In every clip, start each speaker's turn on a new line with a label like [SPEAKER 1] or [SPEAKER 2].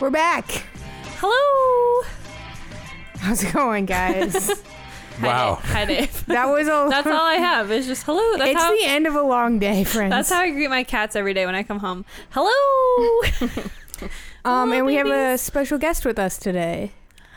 [SPEAKER 1] We're back.
[SPEAKER 2] Hello.
[SPEAKER 1] How's it going, guys?
[SPEAKER 3] Wow.
[SPEAKER 2] Hi, Dave.
[SPEAKER 1] that was a.
[SPEAKER 2] That's all I have. It's just hello. That's
[SPEAKER 1] it's
[SPEAKER 2] how
[SPEAKER 1] the end of a long day, friends.
[SPEAKER 2] that's how I greet my cats every day when I come home. Hello.
[SPEAKER 1] um,
[SPEAKER 2] Aw,
[SPEAKER 1] and we have a
[SPEAKER 2] babies.
[SPEAKER 1] special guest with us today.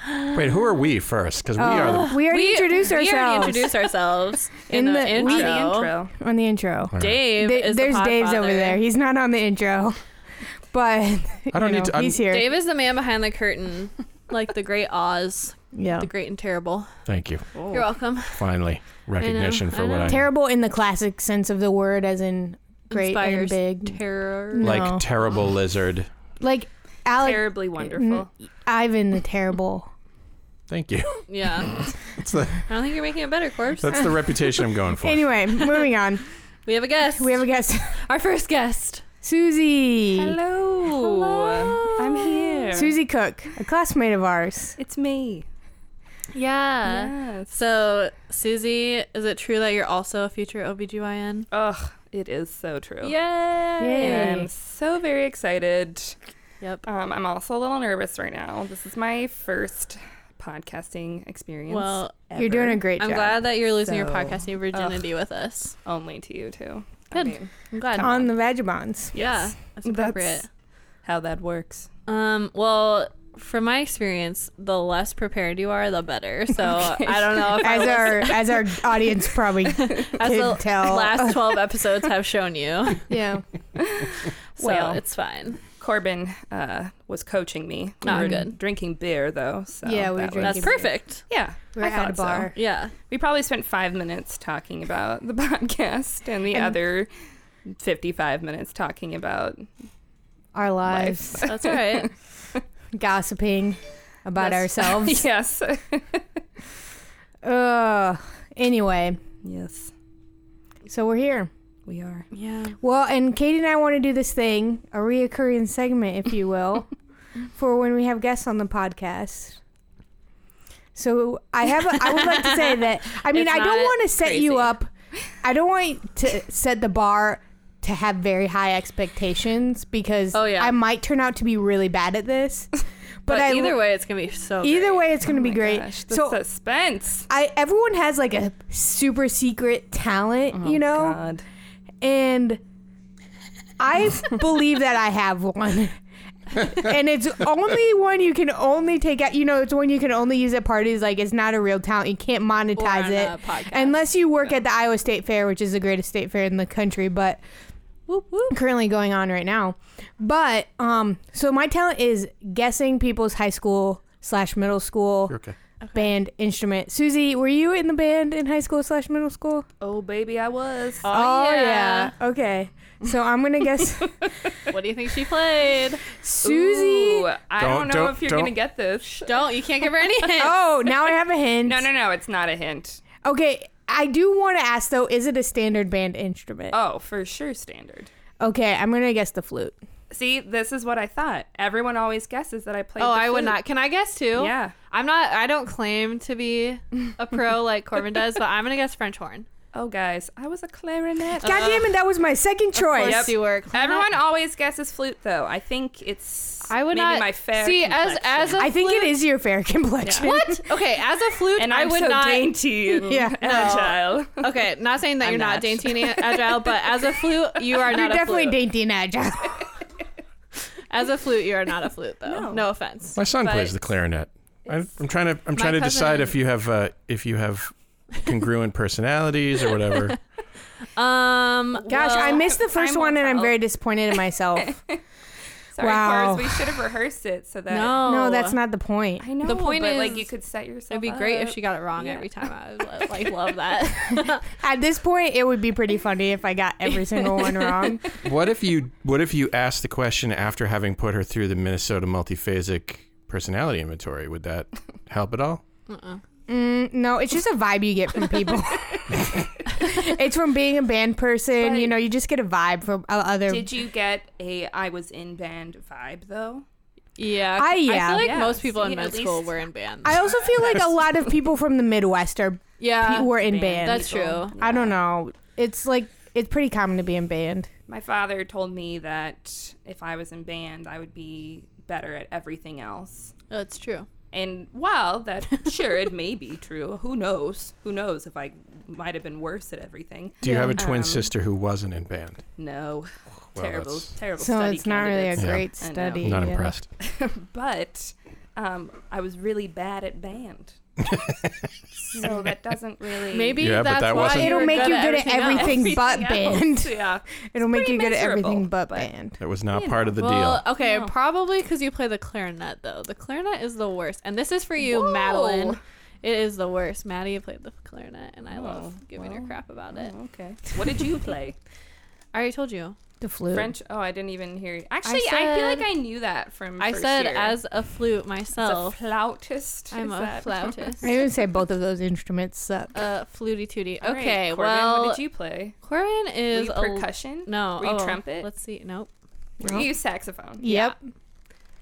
[SPEAKER 1] Uh,
[SPEAKER 3] Wait, who are we first? Because we are the.
[SPEAKER 1] We already introduced
[SPEAKER 2] we
[SPEAKER 1] ourselves.
[SPEAKER 2] already introduced ourselves in, the,
[SPEAKER 1] we-
[SPEAKER 2] intro.
[SPEAKER 1] On the intro.
[SPEAKER 2] Dave
[SPEAKER 1] Th-
[SPEAKER 2] is the
[SPEAKER 1] there's
[SPEAKER 2] pod
[SPEAKER 1] Dave's
[SPEAKER 2] father.
[SPEAKER 1] over there. He's not on the intro, but
[SPEAKER 3] I don't
[SPEAKER 1] you
[SPEAKER 3] need
[SPEAKER 1] know,
[SPEAKER 3] to- I'm-
[SPEAKER 1] he's here.
[SPEAKER 2] Dave is the man behind the curtain, like the great Oz,
[SPEAKER 1] yeah.
[SPEAKER 2] the great and terrible.
[SPEAKER 3] Thank you.
[SPEAKER 2] You're welcome.
[SPEAKER 3] Finally, recognition for
[SPEAKER 2] I
[SPEAKER 3] what
[SPEAKER 2] know.
[SPEAKER 3] I
[SPEAKER 1] Terrible in the classic sense of the word, as in great
[SPEAKER 2] Inspires
[SPEAKER 1] and big.
[SPEAKER 2] terror.
[SPEAKER 1] No.
[SPEAKER 3] like. Terrible lizard.
[SPEAKER 1] like Alec
[SPEAKER 2] Terribly wonderful.
[SPEAKER 1] Ivan the Terrible.
[SPEAKER 3] Thank you.
[SPEAKER 2] Yeah.
[SPEAKER 3] That's the
[SPEAKER 2] I don't think you're making it better, Corbs.
[SPEAKER 3] that's the reputation I'm going for.
[SPEAKER 1] Anyway, moving on.
[SPEAKER 2] We have a guest.
[SPEAKER 1] We have a guest,
[SPEAKER 2] our first guest.
[SPEAKER 1] Susie.
[SPEAKER 4] Hello. I'm here.
[SPEAKER 1] Susie Cook, a classmate of ours.
[SPEAKER 4] It's me. Uh,
[SPEAKER 2] Yeah.
[SPEAKER 4] Yes.
[SPEAKER 2] So, Susie, is it true that you're also a future OBGYN?
[SPEAKER 4] Ugh, it is so true.
[SPEAKER 1] Oh.
[SPEAKER 2] Yay!
[SPEAKER 4] And I'm so very excited.
[SPEAKER 2] Yep.
[SPEAKER 4] Um, I'm also a little nervous right now. This is my first podcasting experience.
[SPEAKER 2] Well,
[SPEAKER 1] You're doing a
[SPEAKER 4] ever.
[SPEAKER 1] great
[SPEAKER 2] I'm
[SPEAKER 1] job.
[SPEAKER 2] glad that you're losing your
[SPEAKER 4] So-
[SPEAKER 2] podcasting virginity with us.
[SPEAKER 4] only to you too.
[SPEAKER 2] Good. I'm glad.
[SPEAKER 1] On the Vagabonds.
[SPEAKER 2] yeah, that's appropriate.
[SPEAKER 4] how that works.
[SPEAKER 2] Um, well, from my experience, the less prepared you are, the better. So I don't know if I
[SPEAKER 1] As
[SPEAKER 2] was-
[SPEAKER 1] our as our audience probably
[SPEAKER 2] as
[SPEAKER 1] can
[SPEAKER 2] the
[SPEAKER 1] tell.
[SPEAKER 2] last 12 episodes have shown you.
[SPEAKER 1] yeah.
[SPEAKER 2] So
[SPEAKER 4] Well.
[SPEAKER 2] it's fine.
[SPEAKER 4] Corbin uh, was coaching me. We
[SPEAKER 2] Ah,
[SPEAKER 4] were
[SPEAKER 2] good.
[SPEAKER 4] drinking beer though. So
[SPEAKER 1] Yeah, we were
[SPEAKER 4] that was-
[SPEAKER 2] That's
[SPEAKER 1] Thank you.
[SPEAKER 2] perfect.
[SPEAKER 4] Yeah,
[SPEAKER 1] We're
[SPEAKER 4] I
[SPEAKER 1] at a
[SPEAKER 4] thought so.
[SPEAKER 1] bar.
[SPEAKER 2] Yeah.
[SPEAKER 4] We probably spent five minutes talking about the podcast and the
[SPEAKER 1] And-
[SPEAKER 4] other 55 minutes talking about
[SPEAKER 1] Our lives.
[SPEAKER 2] That's all right.
[SPEAKER 1] gossiping about
[SPEAKER 2] That's-
[SPEAKER 1] ourselves.
[SPEAKER 4] yes.
[SPEAKER 1] Ugh. Anyway,
[SPEAKER 4] yes,
[SPEAKER 1] so we're here.
[SPEAKER 4] we are.
[SPEAKER 2] yeah.
[SPEAKER 1] Well, and Katie and I want to do this thing, a reoccurring segment, if you will, for when we have guests on the podcast. So I have, a, I would like to say that. I mean,
[SPEAKER 2] It's
[SPEAKER 1] I don't
[SPEAKER 2] not
[SPEAKER 1] want to set you
[SPEAKER 2] crazy.
[SPEAKER 1] up. I don't want to set the bar to have very high expectations because
[SPEAKER 2] Oh, yeah.
[SPEAKER 1] I might turn out to be really bad at this. But,
[SPEAKER 2] But,
[SPEAKER 1] I,
[SPEAKER 2] either way, it's gonna be so.
[SPEAKER 1] either
[SPEAKER 2] great. Oh
[SPEAKER 1] way, it's going to be great.
[SPEAKER 4] Oh Gosh, the
[SPEAKER 1] so
[SPEAKER 4] suspense.
[SPEAKER 1] I everyone has like a super secret talent,
[SPEAKER 2] Oh,
[SPEAKER 1] you know?
[SPEAKER 4] God.
[SPEAKER 1] And I believe that I have one. and it's only one you can only take out. You know, it's one you can only use at parties. Like, it's not a real talent. You can't
[SPEAKER 2] Or on
[SPEAKER 1] monetize
[SPEAKER 2] a
[SPEAKER 1] it
[SPEAKER 2] podcast.
[SPEAKER 1] unless you work at the Iowa State Fair, which is the greatest state fair in the country. But
[SPEAKER 2] Whoop, whoop.
[SPEAKER 1] currently going on right now. But um, so my talent is guessing people's high school slash middle school
[SPEAKER 3] Okay.
[SPEAKER 1] band instrument. Susie, were you in the band in high school slash middle school?
[SPEAKER 4] Oh, baby, I was.
[SPEAKER 2] Oh,
[SPEAKER 1] Okay. So I'm gonna guess
[SPEAKER 2] What do you think she played?
[SPEAKER 1] Susie.
[SPEAKER 4] Ooh, I
[SPEAKER 3] Don't-
[SPEAKER 4] don't, know
[SPEAKER 3] don't-
[SPEAKER 4] if you're
[SPEAKER 3] don't.
[SPEAKER 4] going to get this.
[SPEAKER 2] Don't you can't give her any hint.
[SPEAKER 1] Oh, now I have a hint.
[SPEAKER 4] No, no, no. It's not a hint.
[SPEAKER 1] Okay. I do want to ask though, is it a standard band instrument?
[SPEAKER 4] Oh, for sure, standard.
[SPEAKER 1] Okay, I'm gonna guess the flute.
[SPEAKER 4] See, this is what I thought. Everyone always guesses that I played.
[SPEAKER 2] Oh,
[SPEAKER 4] the
[SPEAKER 2] I would
[SPEAKER 4] flute.
[SPEAKER 2] not. Can I guess too?
[SPEAKER 4] Yeah.
[SPEAKER 2] I'm not. I don't claim to be a pro like Corbin does, but I'm gonna guess French horn.
[SPEAKER 4] Oh, guys, I was a clarinet.
[SPEAKER 1] God damn it, that was my second choice.
[SPEAKER 2] Yep. You were.
[SPEAKER 4] Everyone always guesses flute, though. I think it's
[SPEAKER 2] I would
[SPEAKER 4] maybe
[SPEAKER 2] not
[SPEAKER 4] my fair
[SPEAKER 2] see
[SPEAKER 4] complexion.
[SPEAKER 2] as as a
[SPEAKER 1] I think
[SPEAKER 2] flute,
[SPEAKER 1] it is your fair complexion.
[SPEAKER 2] What? Okay, as a flute,
[SPEAKER 4] and
[SPEAKER 2] I
[SPEAKER 4] I'm
[SPEAKER 2] would
[SPEAKER 4] so
[SPEAKER 2] not.
[SPEAKER 4] dainty and
[SPEAKER 1] Yeah. No.
[SPEAKER 4] agile.
[SPEAKER 2] Okay, not saying that
[SPEAKER 4] I'm
[SPEAKER 2] you're not,
[SPEAKER 4] not.
[SPEAKER 2] dainty and agile, but as a flute, you are
[SPEAKER 1] You're
[SPEAKER 2] not. a
[SPEAKER 1] definitely
[SPEAKER 2] flute.
[SPEAKER 1] dainty and agile.
[SPEAKER 2] As a flute, you are not a flute, though. No, offense.
[SPEAKER 3] My son
[SPEAKER 4] But
[SPEAKER 3] plays the clarinet. I'm, I'm trying to. I'm trying to
[SPEAKER 2] cousin-
[SPEAKER 3] decide if you have uh, if you have congruent personalities or whatever.
[SPEAKER 2] Um,
[SPEAKER 1] Gosh, I
[SPEAKER 2] well, Um,
[SPEAKER 1] missed the 1st
[SPEAKER 4] time
[SPEAKER 1] one
[SPEAKER 4] will
[SPEAKER 1] and I'm
[SPEAKER 4] tell.
[SPEAKER 1] very disappointed in myself.
[SPEAKER 4] Sorry,
[SPEAKER 1] Wow.
[SPEAKER 4] Mars. We should have rehearsed it so that.
[SPEAKER 2] No,
[SPEAKER 1] No, that's not the point.
[SPEAKER 4] I know.
[SPEAKER 2] The point
[SPEAKER 4] but, like
[SPEAKER 2] is,
[SPEAKER 4] you could set yourself.
[SPEAKER 2] It'd be great if
[SPEAKER 4] up.
[SPEAKER 2] she got it wrong
[SPEAKER 4] Yeah.
[SPEAKER 2] every time. I would lo- like love that.
[SPEAKER 1] At this point, it would be pretty funny if I got every single one wrong.
[SPEAKER 3] What if you what if you asked the question after having put her through the Minnesota multiphasic personality inventory? Would that help at all?
[SPEAKER 1] Mm, no, it's just a vibe you get from people. it's from being a band person. you
[SPEAKER 4] But-
[SPEAKER 1] know, you just get a vibe from o- other.
[SPEAKER 4] Did you get a I was in band vibe though?
[SPEAKER 2] yeah,
[SPEAKER 1] I-
[SPEAKER 2] I
[SPEAKER 1] yeah.
[SPEAKER 2] feel like
[SPEAKER 4] Yeah,
[SPEAKER 2] most people in
[SPEAKER 4] see, at
[SPEAKER 2] med school
[SPEAKER 4] least-
[SPEAKER 2] were in bands.
[SPEAKER 1] I also feel like a lot of people from the Midwest are.
[SPEAKER 2] yeah,
[SPEAKER 1] pe- were in band.
[SPEAKER 2] That's
[SPEAKER 4] people.
[SPEAKER 2] true.
[SPEAKER 1] I don't know. It's like it's pretty common to be in band.
[SPEAKER 4] My father told me that if I was in band, I would be better at everything else.
[SPEAKER 2] That's true.
[SPEAKER 4] And while that sure it may be true, who knows? Who knows if I might have been worse at everything?
[SPEAKER 3] Do you have a twin
[SPEAKER 4] Um,
[SPEAKER 3] sister who wasn't in band?
[SPEAKER 4] No,
[SPEAKER 3] Well,
[SPEAKER 4] terrible,
[SPEAKER 3] that's
[SPEAKER 4] terrible.
[SPEAKER 1] So
[SPEAKER 4] study
[SPEAKER 1] it's not really a
[SPEAKER 4] candidates. I
[SPEAKER 1] great
[SPEAKER 4] know.
[SPEAKER 1] study.
[SPEAKER 3] Not
[SPEAKER 1] yeah.
[SPEAKER 3] impressed.
[SPEAKER 4] but um, I was really bad at band. so that doesn't really
[SPEAKER 2] Maybe
[SPEAKER 3] Yeah, but
[SPEAKER 2] that's
[SPEAKER 3] that
[SPEAKER 2] why
[SPEAKER 3] wasn't-
[SPEAKER 2] you
[SPEAKER 1] It'll
[SPEAKER 2] were
[SPEAKER 1] make you good at
[SPEAKER 2] else.
[SPEAKER 1] everything, but
[SPEAKER 4] else,
[SPEAKER 1] band.
[SPEAKER 4] Yeah,
[SPEAKER 1] It'll make
[SPEAKER 4] pretty
[SPEAKER 1] you good at everything
[SPEAKER 4] miserable,
[SPEAKER 1] but
[SPEAKER 4] but-
[SPEAKER 1] band.
[SPEAKER 3] That was not part of the
[SPEAKER 2] well,
[SPEAKER 3] deal.
[SPEAKER 2] okay,
[SPEAKER 4] No.
[SPEAKER 2] probably because you play the clarinet though. The clarinet is the worst, and this is for you,
[SPEAKER 4] Whoa.
[SPEAKER 2] Madeline. It is the worst. Maddie played the clarinet, and I love
[SPEAKER 4] Whoa,
[SPEAKER 2] giving her
[SPEAKER 4] Oh, well,
[SPEAKER 2] crap about it.
[SPEAKER 4] Oh, okay. What did you play?
[SPEAKER 2] I already told you.
[SPEAKER 1] The flute.
[SPEAKER 4] French? Oh, I didn't even hear. You. Actually, I, feel
[SPEAKER 2] said-
[SPEAKER 4] like I knew that from.
[SPEAKER 2] I
[SPEAKER 4] first
[SPEAKER 2] said
[SPEAKER 4] year.
[SPEAKER 2] as a flute
[SPEAKER 4] It's a
[SPEAKER 2] myself,
[SPEAKER 4] flautist.
[SPEAKER 2] I'm
[SPEAKER 4] is
[SPEAKER 2] a
[SPEAKER 4] that-
[SPEAKER 2] flautist.
[SPEAKER 1] I would say both of those instruments suck.
[SPEAKER 2] uh, fluty tooty.
[SPEAKER 4] All right,
[SPEAKER 2] Okay,
[SPEAKER 4] Corbin,
[SPEAKER 2] well,
[SPEAKER 4] what did you play?
[SPEAKER 2] Corin
[SPEAKER 4] Were
[SPEAKER 2] is
[SPEAKER 4] you
[SPEAKER 2] a l-
[SPEAKER 4] percussion?
[SPEAKER 2] No,
[SPEAKER 4] Were you
[SPEAKER 2] oh,
[SPEAKER 4] trumpet?
[SPEAKER 2] Let's see. Nope.
[SPEAKER 4] Were you saxophone?
[SPEAKER 1] yep.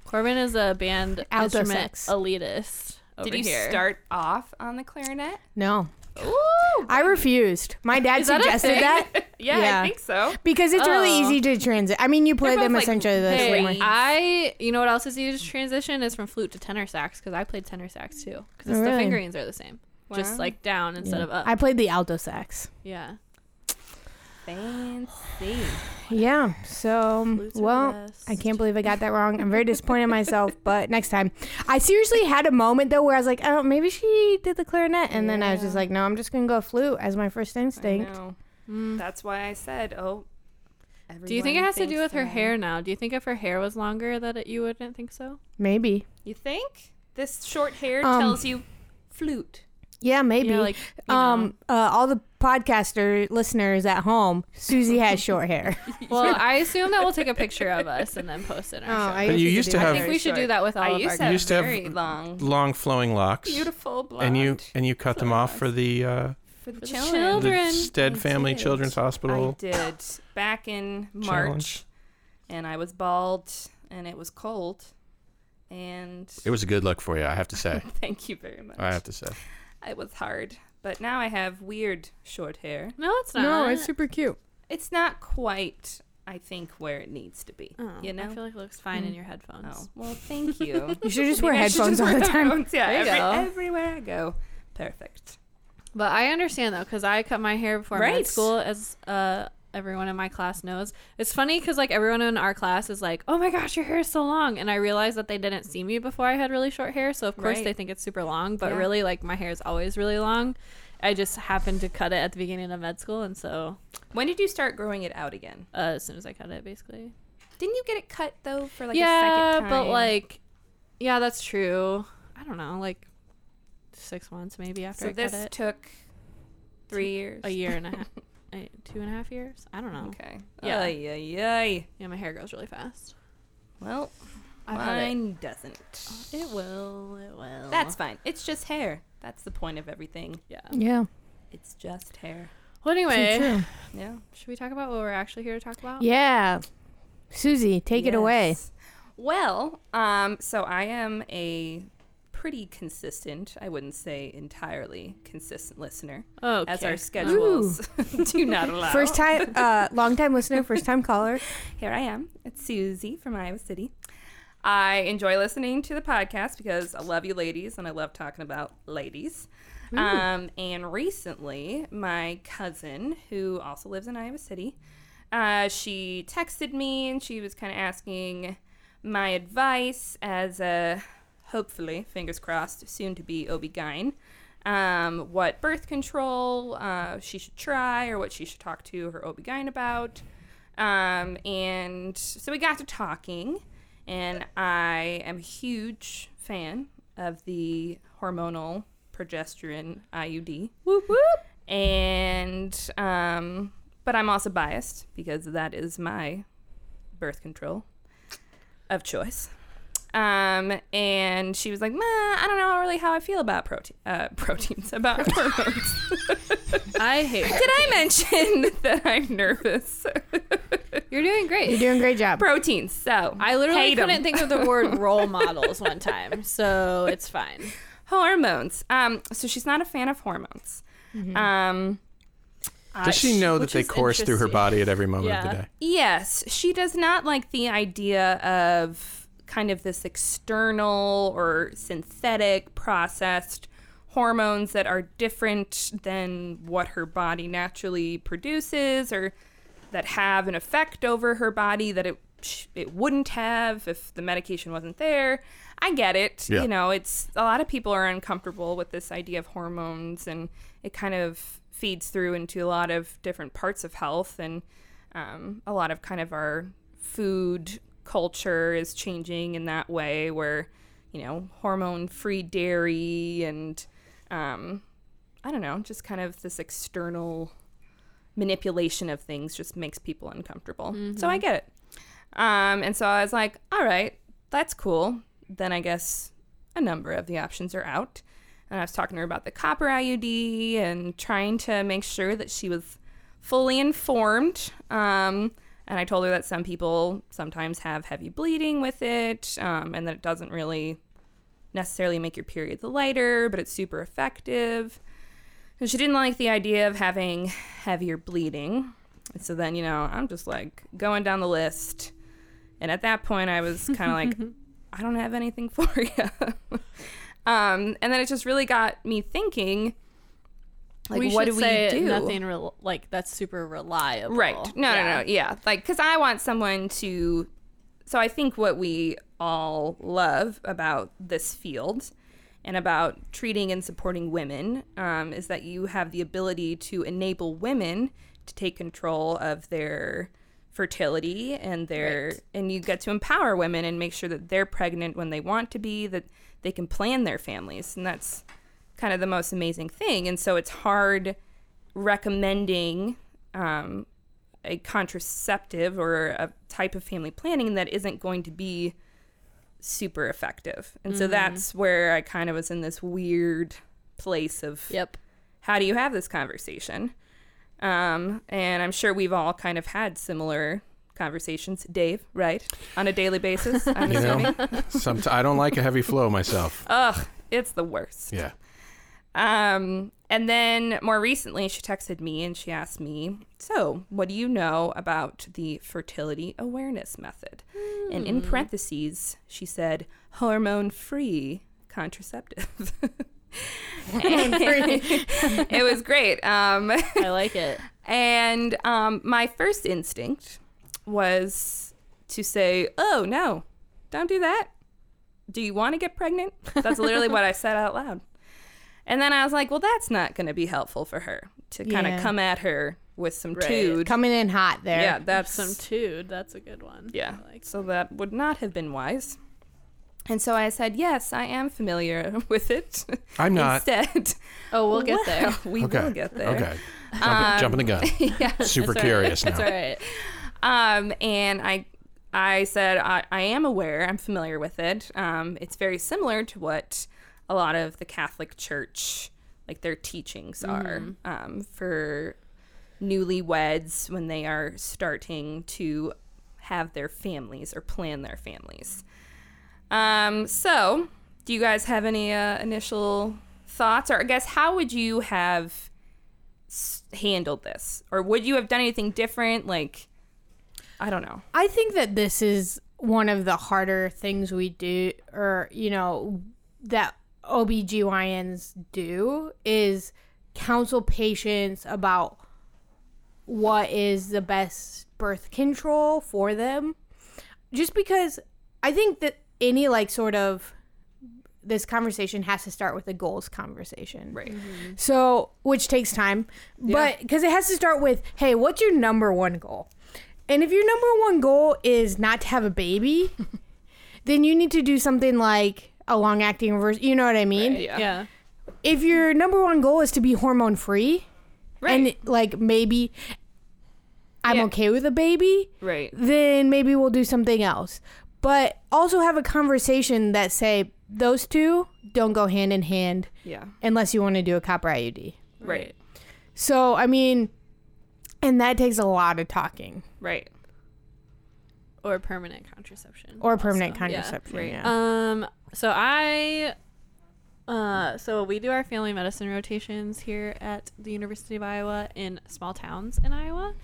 [SPEAKER 2] Corbin is a band
[SPEAKER 1] Alto
[SPEAKER 2] instrument
[SPEAKER 1] sax.
[SPEAKER 2] elitist. Over
[SPEAKER 4] Did you
[SPEAKER 2] here.
[SPEAKER 4] start off on the clarinet?
[SPEAKER 1] No.
[SPEAKER 4] Ooh,
[SPEAKER 1] I refused. My dad
[SPEAKER 2] Is that a
[SPEAKER 1] suggested
[SPEAKER 2] thing?
[SPEAKER 1] that
[SPEAKER 4] yeah,
[SPEAKER 1] Yeah.
[SPEAKER 4] I think so.
[SPEAKER 1] because it's really
[SPEAKER 2] Oh.
[SPEAKER 1] easy to transit. I mean, you play
[SPEAKER 4] They're
[SPEAKER 1] them
[SPEAKER 4] both, like,
[SPEAKER 1] essentially the
[SPEAKER 4] very-
[SPEAKER 1] same
[SPEAKER 2] Hey,
[SPEAKER 1] way.
[SPEAKER 4] Sling.
[SPEAKER 2] I you know what else is used to transition is from flute to tenor sax because I played tenor sax too because
[SPEAKER 1] Oh,
[SPEAKER 2] the
[SPEAKER 1] really?
[SPEAKER 2] fingerings are the same, just
[SPEAKER 4] Wow.
[SPEAKER 2] like down instead of up.
[SPEAKER 1] I played the alto sax.
[SPEAKER 2] yeah.
[SPEAKER 4] Fancy.
[SPEAKER 1] Yeah. So,
[SPEAKER 2] Flutes are
[SPEAKER 1] well,
[SPEAKER 2] best.
[SPEAKER 1] I can't believe I got that wrong. I'm very disappointed in myself, but next time. I seriously had a moment though where I was like, "Oh, maybe she did the clarinet." And then I was just like, "No, I'm just going to go flute as my first
[SPEAKER 4] I
[SPEAKER 1] instinct."
[SPEAKER 4] know. That's why I said, oh.
[SPEAKER 2] Mm. Do you think it
[SPEAKER 4] everyone
[SPEAKER 2] has to do
[SPEAKER 4] thinks
[SPEAKER 2] with her
[SPEAKER 4] that.
[SPEAKER 2] hair now? Do you think if her hair was longer that it, you wouldn't think so?
[SPEAKER 1] Maybe.
[SPEAKER 4] You think this short hair
[SPEAKER 1] Um,
[SPEAKER 4] tells you flute?
[SPEAKER 1] Yeah, maybe.
[SPEAKER 2] Yeah, like you
[SPEAKER 1] um uh, all the podcaster listeners at home, Susie has short hair.
[SPEAKER 2] know. well, I assume that we'll take a picture of us and then post
[SPEAKER 1] Oh,
[SPEAKER 2] it. in Our show.
[SPEAKER 3] But you used to
[SPEAKER 2] Oh, I,
[SPEAKER 3] have-
[SPEAKER 2] think we should do that with all
[SPEAKER 4] I
[SPEAKER 2] of our.
[SPEAKER 4] used to have
[SPEAKER 3] used to have
[SPEAKER 4] very long,
[SPEAKER 3] Long flowing locks.
[SPEAKER 4] beautiful blonde.
[SPEAKER 3] And you and you cut them off
[SPEAKER 4] Flowing
[SPEAKER 3] for the uh,
[SPEAKER 4] for the
[SPEAKER 2] the
[SPEAKER 4] children.
[SPEAKER 3] the
[SPEAKER 2] Children.
[SPEAKER 3] Stead
[SPEAKER 4] I
[SPEAKER 3] Family
[SPEAKER 4] did.
[SPEAKER 3] Children's
[SPEAKER 4] I
[SPEAKER 3] Hospital.
[SPEAKER 4] did back in March,
[SPEAKER 3] Challenge.
[SPEAKER 4] and I was bald, and it was cold, and
[SPEAKER 3] It was a good look for you, I have to say.
[SPEAKER 4] thank you very much.
[SPEAKER 3] I have to say.
[SPEAKER 4] It was hard, but now I have weird short hair.
[SPEAKER 2] No, it's not.
[SPEAKER 1] super cute.
[SPEAKER 4] It's not quite, I think, where it needs to be.
[SPEAKER 2] Oh,
[SPEAKER 4] you know.
[SPEAKER 2] I feel like it looks fine in your headphones.
[SPEAKER 4] Oh, well, thank you.
[SPEAKER 1] You should just
[SPEAKER 4] Maybe
[SPEAKER 1] wear
[SPEAKER 4] I should
[SPEAKER 1] headphones
[SPEAKER 4] just
[SPEAKER 1] all
[SPEAKER 4] wear
[SPEAKER 1] the time.
[SPEAKER 4] headphones. Yeah,
[SPEAKER 2] There you
[SPEAKER 4] every-
[SPEAKER 2] go.
[SPEAKER 4] everywhere I go. Perfect.
[SPEAKER 2] But I understand though, because I cut my hair before
[SPEAKER 4] Right.
[SPEAKER 2] med school, as uh, everyone in my class knows. It's funny because like everyone in our class is like, "Oh my gosh, your hair is so long," and I realized that they didn't see me before I had really short hair, so of course
[SPEAKER 4] Right.
[SPEAKER 2] they think it's super long. But
[SPEAKER 4] Yeah.
[SPEAKER 2] really, like my hair is always really long. I just happened to cut it at the beginning of med school, and so
[SPEAKER 4] When did you start growing it out again?
[SPEAKER 2] uh, as soon as I cut it, basically.
[SPEAKER 4] Didn't you get it cut though for like a
[SPEAKER 2] yeah,
[SPEAKER 4] second time?
[SPEAKER 2] but like, yeah, that's true. I don't know, like six months maybe after
[SPEAKER 4] so
[SPEAKER 2] I
[SPEAKER 4] this
[SPEAKER 2] cut it,
[SPEAKER 4] took three years.
[SPEAKER 2] a year and a half, a, two and a half years. I don't know.
[SPEAKER 4] Okay. Yeah.
[SPEAKER 2] Yeah.
[SPEAKER 4] Ay, ay, ay.
[SPEAKER 2] Yeah, my hair grows really fast.
[SPEAKER 4] Well,
[SPEAKER 2] I've had it.
[SPEAKER 4] mine doesn't.
[SPEAKER 2] It will. It will.
[SPEAKER 4] That's fine. It's just hair. That's the point of everything.
[SPEAKER 2] yeah.
[SPEAKER 1] Yeah.
[SPEAKER 4] It's just hair.
[SPEAKER 2] Well, anyway,
[SPEAKER 1] True.
[SPEAKER 4] Yeah.
[SPEAKER 2] should we talk about what we're actually here to talk about?
[SPEAKER 1] Yeah. Susie, take it away.
[SPEAKER 4] Yes. Well, um, so I am a pretty consistent, I wouldn't say entirely consistent listener,
[SPEAKER 2] Oh,
[SPEAKER 4] as our schedules do not allow.
[SPEAKER 1] First time, uh, long time listener, first time caller.
[SPEAKER 4] Here I am. It's Susie from Iowa City. I enjoy listening to the podcast because I love you ladies and I love talking about ladies. Um, and recently, my cousin, who also lives in Iowa City, uh, she texted me and she was kind of asking my advice as a hopefully, fingers crossed, soon to be OB-GYN. Um, what birth control uh, she should try or what she should talk to her OB-GYN about. Um, and so we got to talking, and I am a huge fan of the hormonal progesterone IUD.
[SPEAKER 2] Whoop whoop.
[SPEAKER 4] And um, but I'm also biased because that is my birth control of choice. Um, and she was like, "Nah, I don't know really how I feel about protein, uh, proteins, about hormones."
[SPEAKER 2] I hate. it.
[SPEAKER 4] Did I mention that I'm nervous?
[SPEAKER 2] You're doing great.
[SPEAKER 1] You're doing a great job.
[SPEAKER 4] proteins. So
[SPEAKER 2] I literally
[SPEAKER 4] hate 'em.
[SPEAKER 2] couldn't think of the word role models one time, so it's fine.
[SPEAKER 4] hormones. Um, so she's not a fan of hormones. Um,
[SPEAKER 3] Does she know that
[SPEAKER 2] which
[SPEAKER 3] they
[SPEAKER 2] is
[SPEAKER 3] course through her
[SPEAKER 2] interesting.
[SPEAKER 3] body at every moment of the
[SPEAKER 2] Yeah.
[SPEAKER 3] day?
[SPEAKER 4] yes, she does not like the idea of kind of this external or synthetic processed hormones that are different than what her body naturally produces or that have an effect over her body that it sh- it wouldn't have if the medication wasn't there. I get it.
[SPEAKER 3] Yeah.
[SPEAKER 4] You know, it's a lot of people are uncomfortable with this idea of hormones, and it kind of feeds through into a lot of different parts of health, and um, a lot of kind of our food culture is changing in that way, where you know, hormone-free dairy and um, I don't know, just kind of this external manipulation of things just makes people uncomfortable. So I get it. Um, and so I was like, all right, that's cool. Then I guess a number of the options are out. And I was talking to her about the copper IUD and trying to make sure that she was fully informed. Um, and I told her that some people sometimes have heavy bleeding with it um, and that it doesn't really necessarily make your periods lighter, but it's super effective. And she didn't like the idea of having heavier bleeding. And so then, you know, I'm just like going down the list. And at that point, I was kind of like, I don't have anything for you. um, and then it just really got me thinking, like,
[SPEAKER 2] we
[SPEAKER 4] what
[SPEAKER 2] should
[SPEAKER 4] do we
[SPEAKER 2] say
[SPEAKER 4] do?
[SPEAKER 2] Nothing rel like that's super reliable.
[SPEAKER 4] Right. No, no, no. Yeah. Like, because I want someone to. So I think what we all love about this field and about treating and supporting women um, is that you have the ability to enable women to take control of their fertility and their and you get to empower women and make sure that they're pregnant when they want to be that they can plan their families and that's kind of the most amazing thing and so it's hard recommending um, a contraceptive or a type of family planning that isn't going to be super effective. And so that's where I kind of was in this weird place of
[SPEAKER 2] Yep.
[SPEAKER 4] how do you have this conversation? Um, and I'm sure we've all kind of had similar conversations, Dave, right? On a daily basis. I'm
[SPEAKER 3] You
[SPEAKER 4] assuming.
[SPEAKER 3] know, Somet I don't like a heavy flow myself.
[SPEAKER 4] Ugh, it's the worst.
[SPEAKER 3] Yeah.
[SPEAKER 4] Um, and then more recently, she texted me and she asked me, So, what do you know about the fertility awareness method? And in parentheses, she said, hormone free contraceptive. it was great. Um,
[SPEAKER 2] I like it.
[SPEAKER 4] and um, my first instinct was to say, "Oh no, don't do that. Do you want to get pregnant?" That's literally what I said out loud. And then I was like, "Well, that's not going to be helpful for her to kind of
[SPEAKER 1] Yeah.
[SPEAKER 4] come at her with some tude."
[SPEAKER 1] Coming in hot there.
[SPEAKER 4] yeah, that's
[SPEAKER 2] Some tude. That's a good one.
[SPEAKER 4] yeah.
[SPEAKER 2] I like
[SPEAKER 4] So that would not have been wise. And so I said, "Yes, I am familiar with it."
[SPEAKER 3] I'm not.
[SPEAKER 4] Instead,
[SPEAKER 2] Oh, we'll get there. Um,
[SPEAKER 4] we
[SPEAKER 3] okay.
[SPEAKER 4] will get there.
[SPEAKER 3] Okay. Jumping, jumping the gun. Super curious
[SPEAKER 2] That's
[SPEAKER 3] now.
[SPEAKER 2] all right.
[SPEAKER 4] um, and I I said I, I am aware, I'm familiar with it. Um, it's very similar to what a lot of the Catholic Church like their teachings are um, for newlyweds when they are starting to have their families or plan their families. Um, so, do you guys have any uh, initial thoughts, or I guess how would you have s- handled this, or would you have done anything different? Like, I don't know.
[SPEAKER 1] I think that this is one of the harder things we do, or, you know, that OBGYNs do is counsel patients about what is the best birth control for them. Just because I think that any, like, sort of this conversation has to start with a goals conversation.
[SPEAKER 4] Right.
[SPEAKER 1] So, which takes time, but because it has to start with, hey, what's your number one goal? And if your number one goal is not to have a baby, then you need to do something like a long acting verse. You know what I mean?
[SPEAKER 4] yeah.
[SPEAKER 2] Yeah.
[SPEAKER 1] If your number one goal is to be hormone free,
[SPEAKER 4] Right.
[SPEAKER 1] and like maybe I'm
[SPEAKER 2] Yeah.
[SPEAKER 1] okay with a baby,
[SPEAKER 4] right.
[SPEAKER 1] then maybe we'll do something else. But also have a conversation that say those two don't go hand in hand
[SPEAKER 4] Yeah.
[SPEAKER 1] unless you want to do a copper IUD.
[SPEAKER 4] Right.
[SPEAKER 1] So I mean, and that takes a lot of talking
[SPEAKER 4] Right.
[SPEAKER 2] Or permanent contraception.
[SPEAKER 1] or permanent
[SPEAKER 2] also. Yeah.
[SPEAKER 1] contraception.
[SPEAKER 4] right.
[SPEAKER 1] yeah.
[SPEAKER 2] Um. So I. Uh, so we do our family medicine rotations here at the University of Iowa in small towns in Iowa,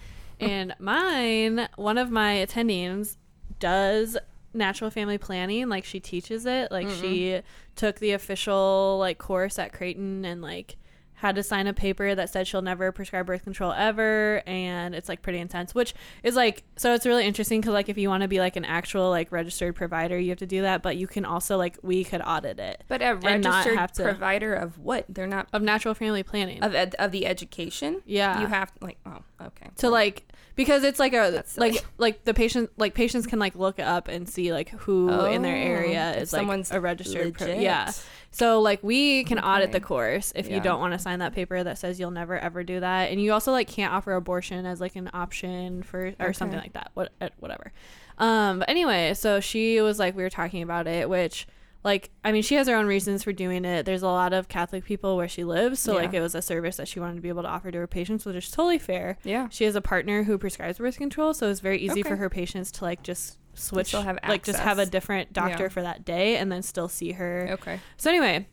[SPEAKER 2] and mine, one of my attendings, does natural family planning. Like she teaches it. Like she took the official like course at Creighton and like had to sign a paper that said she'll never prescribe birth control ever and it's like pretty intense which is like so it's really interesting because like if you want to be like an actual like registered provider you have to do that but you can also like we could audit it
[SPEAKER 4] But a
[SPEAKER 2] And not
[SPEAKER 4] registered
[SPEAKER 2] have to-
[SPEAKER 4] provider of what? They're not
[SPEAKER 2] of natural family planning
[SPEAKER 4] of ed- of the education.
[SPEAKER 2] Yeah.
[SPEAKER 4] You have like oh okay.
[SPEAKER 2] to like because it's like a
[SPEAKER 4] silly.
[SPEAKER 2] like like the patient like patients can like look up and see like who in their
[SPEAKER 4] Oh,
[SPEAKER 2] area
[SPEAKER 4] if
[SPEAKER 2] is like
[SPEAKER 4] someone's
[SPEAKER 2] a registered pro-
[SPEAKER 4] legit.
[SPEAKER 2] yeah so like we can audit the course if
[SPEAKER 4] Yeah.
[SPEAKER 2] you don't want to sign that paper that says you'll never ever do that and you also like can't offer abortion as like an option for or something like that what uh, whatever um but anyway so she was like we were talking about it which like i mean she has her own reasons for doing it there's a lot of catholic people where she lives so
[SPEAKER 4] Yeah.
[SPEAKER 2] like it was a service that she wanted to be able to offer to her patients which is totally fair
[SPEAKER 4] Yeah.
[SPEAKER 2] she has a partner who prescribes birth control, so it's very easy
[SPEAKER 4] Okay.
[SPEAKER 2] for her patients to like just switch,
[SPEAKER 4] still have
[SPEAKER 2] like just have a
[SPEAKER 4] access.
[SPEAKER 2] different doctor
[SPEAKER 4] Yeah.
[SPEAKER 2] for that day, and then still see her.
[SPEAKER 4] Okay.
[SPEAKER 2] So anyway,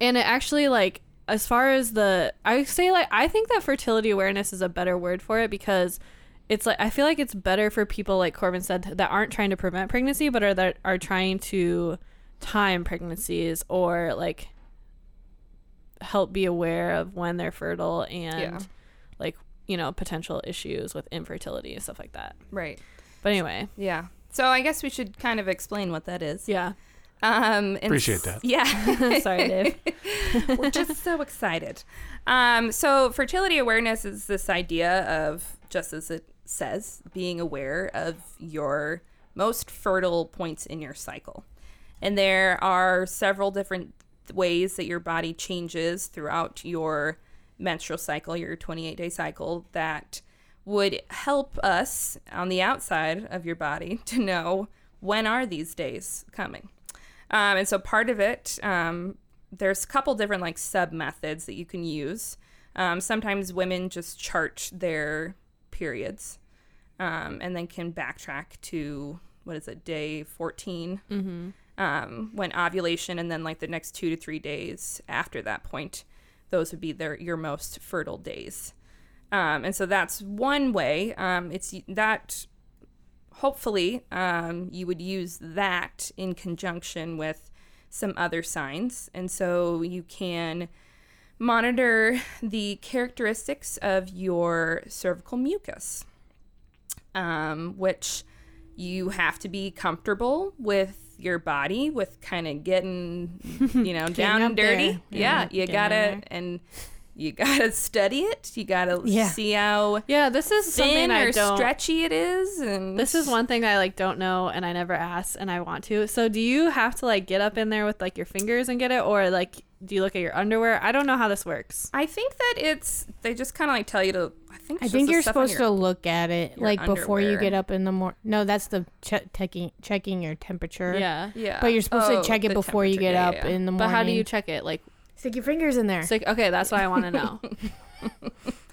[SPEAKER 2] and it actually like as far as the I would say like I think that fertility awareness is a better word for it because it's like I feel like it's better for people like Corbin said that aren't trying to prevent pregnancy but are that are trying to time pregnancies or like help be aware of when they're fertile and
[SPEAKER 4] Yeah.
[SPEAKER 2] like you know potential issues with infertility and stuff like that.
[SPEAKER 4] Right.
[SPEAKER 2] But anyway,
[SPEAKER 4] Yeah. So I guess we should kind of explain what that is.
[SPEAKER 2] yeah.
[SPEAKER 4] Um, and
[SPEAKER 3] Appreciate that.
[SPEAKER 4] Yeah.
[SPEAKER 2] Sorry, Dave.
[SPEAKER 4] We're just so excited. Um, so, fertility awareness is this idea of, just as it says, being aware of your most fertile points in your cycle. And there are several different ways that your body changes throughout your menstrual cycle, your 28 day cycle, that would help us on the outside of your body to know when are these days coming. Um, and so part of it, um, there's a couple different like sub methods that you can use. Um, sometimes women just chart their periods um, and then can backtrack to what is it, day 14, um, when ovulation, and then like the next two to three days after that point, those would be their your most fertile days. Um, and so that's one way. Um, it's that hopefully um, you would use that in conjunction with some other signs and so you can monitor the characteristics of your cervical mucus um, which you have to be comfortable with your body with kind of getting you know down
[SPEAKER 1] up
[SPEAKER 4] and dirty
[SPEAKER 1] there.
[SPEAKER 4] yeah, you
[SPEAKER 2] down
[SPEAKER 4] gotta and you gotta study it you gotta
[SPEAKER 1] Yeah.
[SPEAKER 4] see how
[SPEAKER 2] Yeah, this is something
[SPEAKER 4] thin
[SPEAKER 2] I
[SPEAKER 4] or
[SPEAKER 2] don't.
[SPEAKER 4] stretchy it is and
[SPEAKER 2] This is one thing I like don't know and I never asked and I want to. So do you have to like get up in there with like your fingers and get it or like do you look at your underwear? I don't know how this works.
[SPEAKER 4] I think that it's they just kind of like tell you to. I think
[SPEAKER 1] I think you're supposed to look at it
[SPEAKER 4] your
[SPEAKER 1] like before you
[SPEAKER 4] underwear.
[SPEAKER 1] get up in the morning. No, that's the che- checking checking your temperature.
[SPEAKER 2] Yeah.
[SPEAKER 4] to. Yeah,
[SPEAKER 1] But you're supposed
[SPEAKER 4] Oh,
[SPEAKER 1] to check it
[SPEAKER 4] the
[SPEAKER 1] before you
[SPEAKER 4] temperature.
[SPEAKER 1] get
[SPEAKER 4] Yeah,
[SPEAKER 1] up
[SPEAKER 4] yeah, yeah.
[SPEAKER 1] in the morning.
[SPEAKER 2] But how do you check it? Like
[SPEAKER 1] stick your fingers in there?
[SPEAKER 2] it's like okay, that's what I want to know.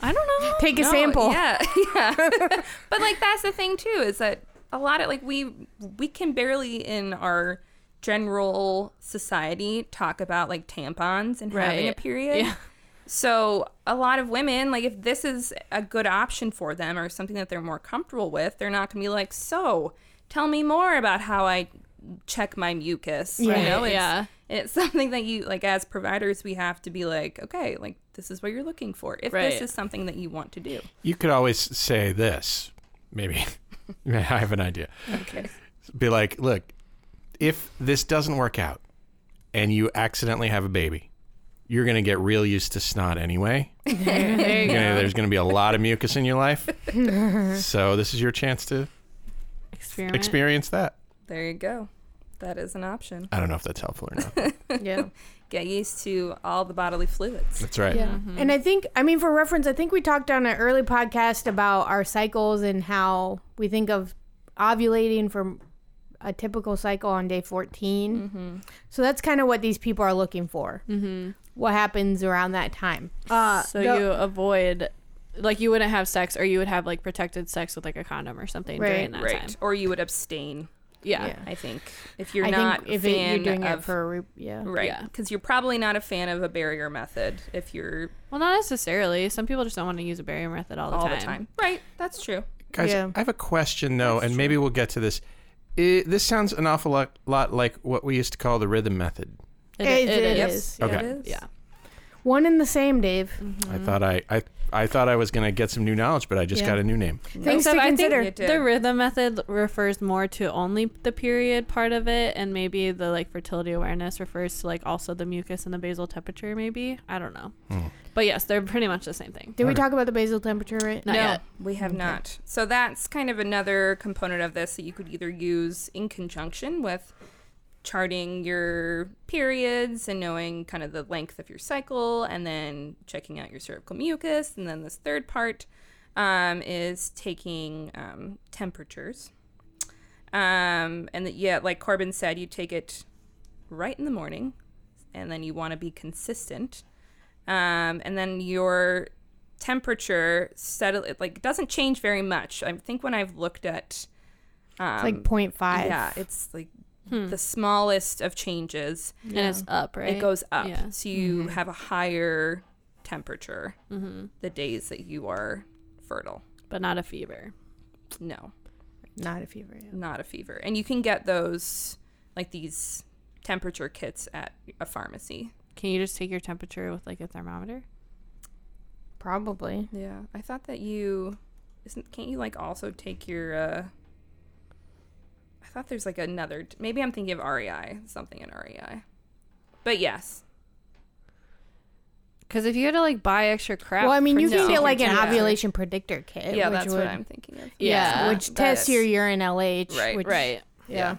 [SPEAKER 2] I don't know.
[SPEAKER 1] Take a
[SPEAKER 4] No,
[SPEAKER 1] sample.
[SPEAKER 4] Yeah, yeah. but like that's the thing too is that a lot of like we we can barely in our general society talk about like tampons and having a
[SPEAKER 2] Right.
[SPEAKER 4] period.
[SPEAKER 2] Yeah.
[SPEAKER 4] So a lot of women, like if this is a good option for them or something that they're more comfortable with, they're not gonna be like, so tell me more about how I check my mucus.
[SPEAKER 1] Right,
[SPEAKER 4] You know, it's,
[SPEAKER 2] yeah.
[SPEAKER 4] it's something that you like as providers we have to be like, okay, like this is what you're looking for. If
[SPEAKER 2] Right.
[SPEAKER 4] this is something that you want to do.
[SPEAKER 3] You could always say this. Maybe I have an idea.
[SPEAKER 4] Okay.
[SPEAKER 3] Be like, look, if this doesn't work out and you accidentally have a baby, you're going to get real used to snot anyway.
[SPEAKER 2] There you
[SPEAKER 3] You know,
[SPEAKER 2] go.
[SPEAKER 3] there's going to be a lot of mucus in your life. so this is your chance to
[SPEAKER 2] Experiment.
[SPEAKER 3] experience that.
[SPEAKER 4] There you go. That is an option.
[SPEAKER 3] I don't know if that's helpful or not.
[SPEAKER 1] Yeah.
[SPEAKER 4] Get used to all the bodily fluids.
[SPEAKER 3] That's right.
[SPEAKER 1] Yeah. And I think, I mean, for reference, I think we talked on an early podcast about our cycles and how we think of ovulating from a typical cycle on day 14. So that's kind of what these people are looking for. Mm-hmm. What happens around that time? Uh,
[SPEAKER 2] so
[SPEAKER 1] the-
[SPEAKER 2] you avoid, like, you wouldn't have sex, or you would have like protected sex with like a condom or something
[SPEAKER 1] Right.
[SPEAKER 2] during that time.
[SPEAKER 4] Or you would abstain,
[SPEAKER 2] Yeah.
[SPEAKER 1] Yeah.
[SPEAKER 4] I think, if you're
[SPEAKER 1] I
[SPEAKER 4] not
[SPEAKER 1] think if
[SPEAKER 4] a
[SPEAKER 1] it,
[SPEAKER 4] fan
[SPEAKER 1] you're doing
[SPEAKER 4] of
[SPEAKER 1] it for a re- yeah.
[SPEAKER 4] right
[SPEAKER 2] Yeah.
[SPEAKER 4] because you're probably not a fan of a barrier method if you're
[SPEAKER 2] Well, not necessarily. Some people just don't want to use a barrier method all the
[SPEAKER 4] all
[SPEAKER 2] time.
[SPEAKER 4] the time. Right, that's true.
[SPEAKER 3] Guys,
[SPEAKER 1] Yeah.
[SPEAKER 3] I have a question though, and maybe we'll get to this. I this sounds an awful lot, lot like what we used to call the rhythm method.
[SPEAKER 1] It- it
[SPEAKER 2] is.
[SPEAKER 1] is.
[SPEAKER 3] Okay.
[SPEAKER 4] It is.
[SPEAKER 2] Yeah.
[SPEAKER 1] One and the same, Dave.
[SPEAKER 3] I thought I, I I thought I was gonna get some new knowledge, but I just
[SPEAKER 1] Yeah.
[SPEAKER 3] got a new name.
[SPEAKER 1] Things
[SPEAKER 2] Except
[SPEAKER 1] to
[SPEAKER 2] I
[SPEAKER 1] consider.
[SPEAKER 4] You
[SPEAKER 2] think
[SPEAKER 4] did.
[SPEAKER 2] the rhythm method refers more to only the period part of it, and maybe the like fertility awareness refers to like also the mucus and the basal temperature. Maybe I don't know, but yes, they're pretty much the same thing.
[SPEAKER 1] Did we talk about the basal temperature right?
[SPEAKER 2] Not
[SPEAKER 4] no,
[SPEAKER 2] yet.
[SPEAKER 4] we have not. So that's kind of another component of this that you could either use in conjunction with charting your periods and knowing kind of the length of your cycle and then checking out your cervical mucus. And then this third part um, is taking um, temperatures. Um, and that, yeah, like Corbin said, you take it right in the morning and then you want to be consistent. Um, and then your temperature settle it like doesn't change very much. I think when I've looked at um,
[SPEAKER 1] Like 0.5.
[SPEAKER 4] yeah, it's like the smallest of changes.
[SPEAKER 2] and it's up, Hmm. right?
[SPEAKER 4] It goes up,
[SPEAKER 2] Yeah.
[SPEAKER 4] so you have a higher temperature
[SPEAKER 2] Mm-hmm.
[SPEAKER 4] the days that you are fertile.
[SPEAKER 2] but not a fever.
[SPEAKER 4] No,
[SPEAKER 1] Not a fever. Yeah.
[SPEAKER 4] not a fever, and you can get those like these temperature kits at a pharmacy.
[SPEAKER 2] Can you just take your temperature with like a thermometer?
[SPEAKER 1] Probably.
[SPEAKER 4] Yeah, I thought that you isn't. Can't you like also take your? uh I thought there's like another. Maybe I'm thinking of REI, something in REI. But yes,
[SPEAKER 2] Because if you had to like buy extra crap,
[SPEAKER 1] Well, I mean,
[SPEAKER 2] for
[SPEAKER 1] you can
[SPEAKER 2] no-
[SPEAKER 1] get like an
[SPEAKER 4] Yeah.
[SPEAKER 1] ovulation predictor kit.
[SPEAKER 4] yeah,
[SPEAKER 1] which
[SPEAKER 4] that's
[SPEAKER 1] would-
[SPEAKER 4] what I'm thinking of.
[SPEAKER 2] yeah,
[SPEAKER 1] which
[SPEAKER 4] that
[SPEAKER 1] tests
[SPEAKER 4] is-
[SPEAKER 1] your urine LH.
[SPEAKER 4] Right,
[SPEAKER 1] which-
[SPEAKER 2] right.
[SPEAKER 1] Yeah.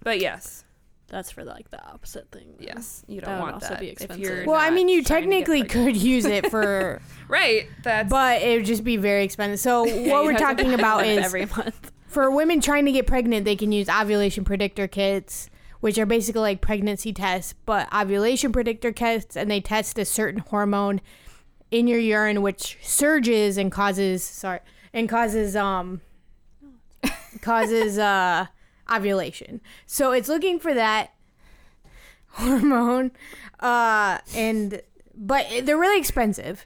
[SPEAKER 4] But yes,
[SPEAKER 2] That's for like the opposite thing. then.
[SPEAKER 4] yes, you
[SPEAKER 2] That
[SPEAKER 4] don't
[SPEAKER 2] would
[SPEAKER 4] want
[SPEAKER 2] also
[SPEAKER 4] that.
[SPEAKER 2] be
[SPEAKER 4] if
[SPEAKER 2] expensive.
[SPEAKER 4] you're
[SPEAKER 1] Mm. Well, I
[SPEAKER 4] not
[SPEAKER 1] mean, you
[SPEAKER 4] trying to get
[SPEAKER 1] technically
[SPEAKER 4] pregnant.
[SPEAKER 1] could use it for,
[SPEAKER 4] Right. That's
[SPEAKER 1] but it would just be very expensive. So
[SPEAKER 2] Yeah,
[SPEAKER 1] what we're
[SPEAKER 2] you'd have to
[SPEAKER 1] talking
[SPEAKER 2] buy
[SPEAKER 1] about
[SPEAKER 2] them
[SPEAKER 1] is
[SPEAKER 2] every month.
[SPEAKER 1] for women trying to get pregnant, they can use ovulation predictor kits, which are basically like pregnancy tests, but ovulation predictor kits, and they test a certain hormone in your urine which surges and causes sorry and causes um causes uh ovulation. So it's looking for that hormone uh and but they're really expensive.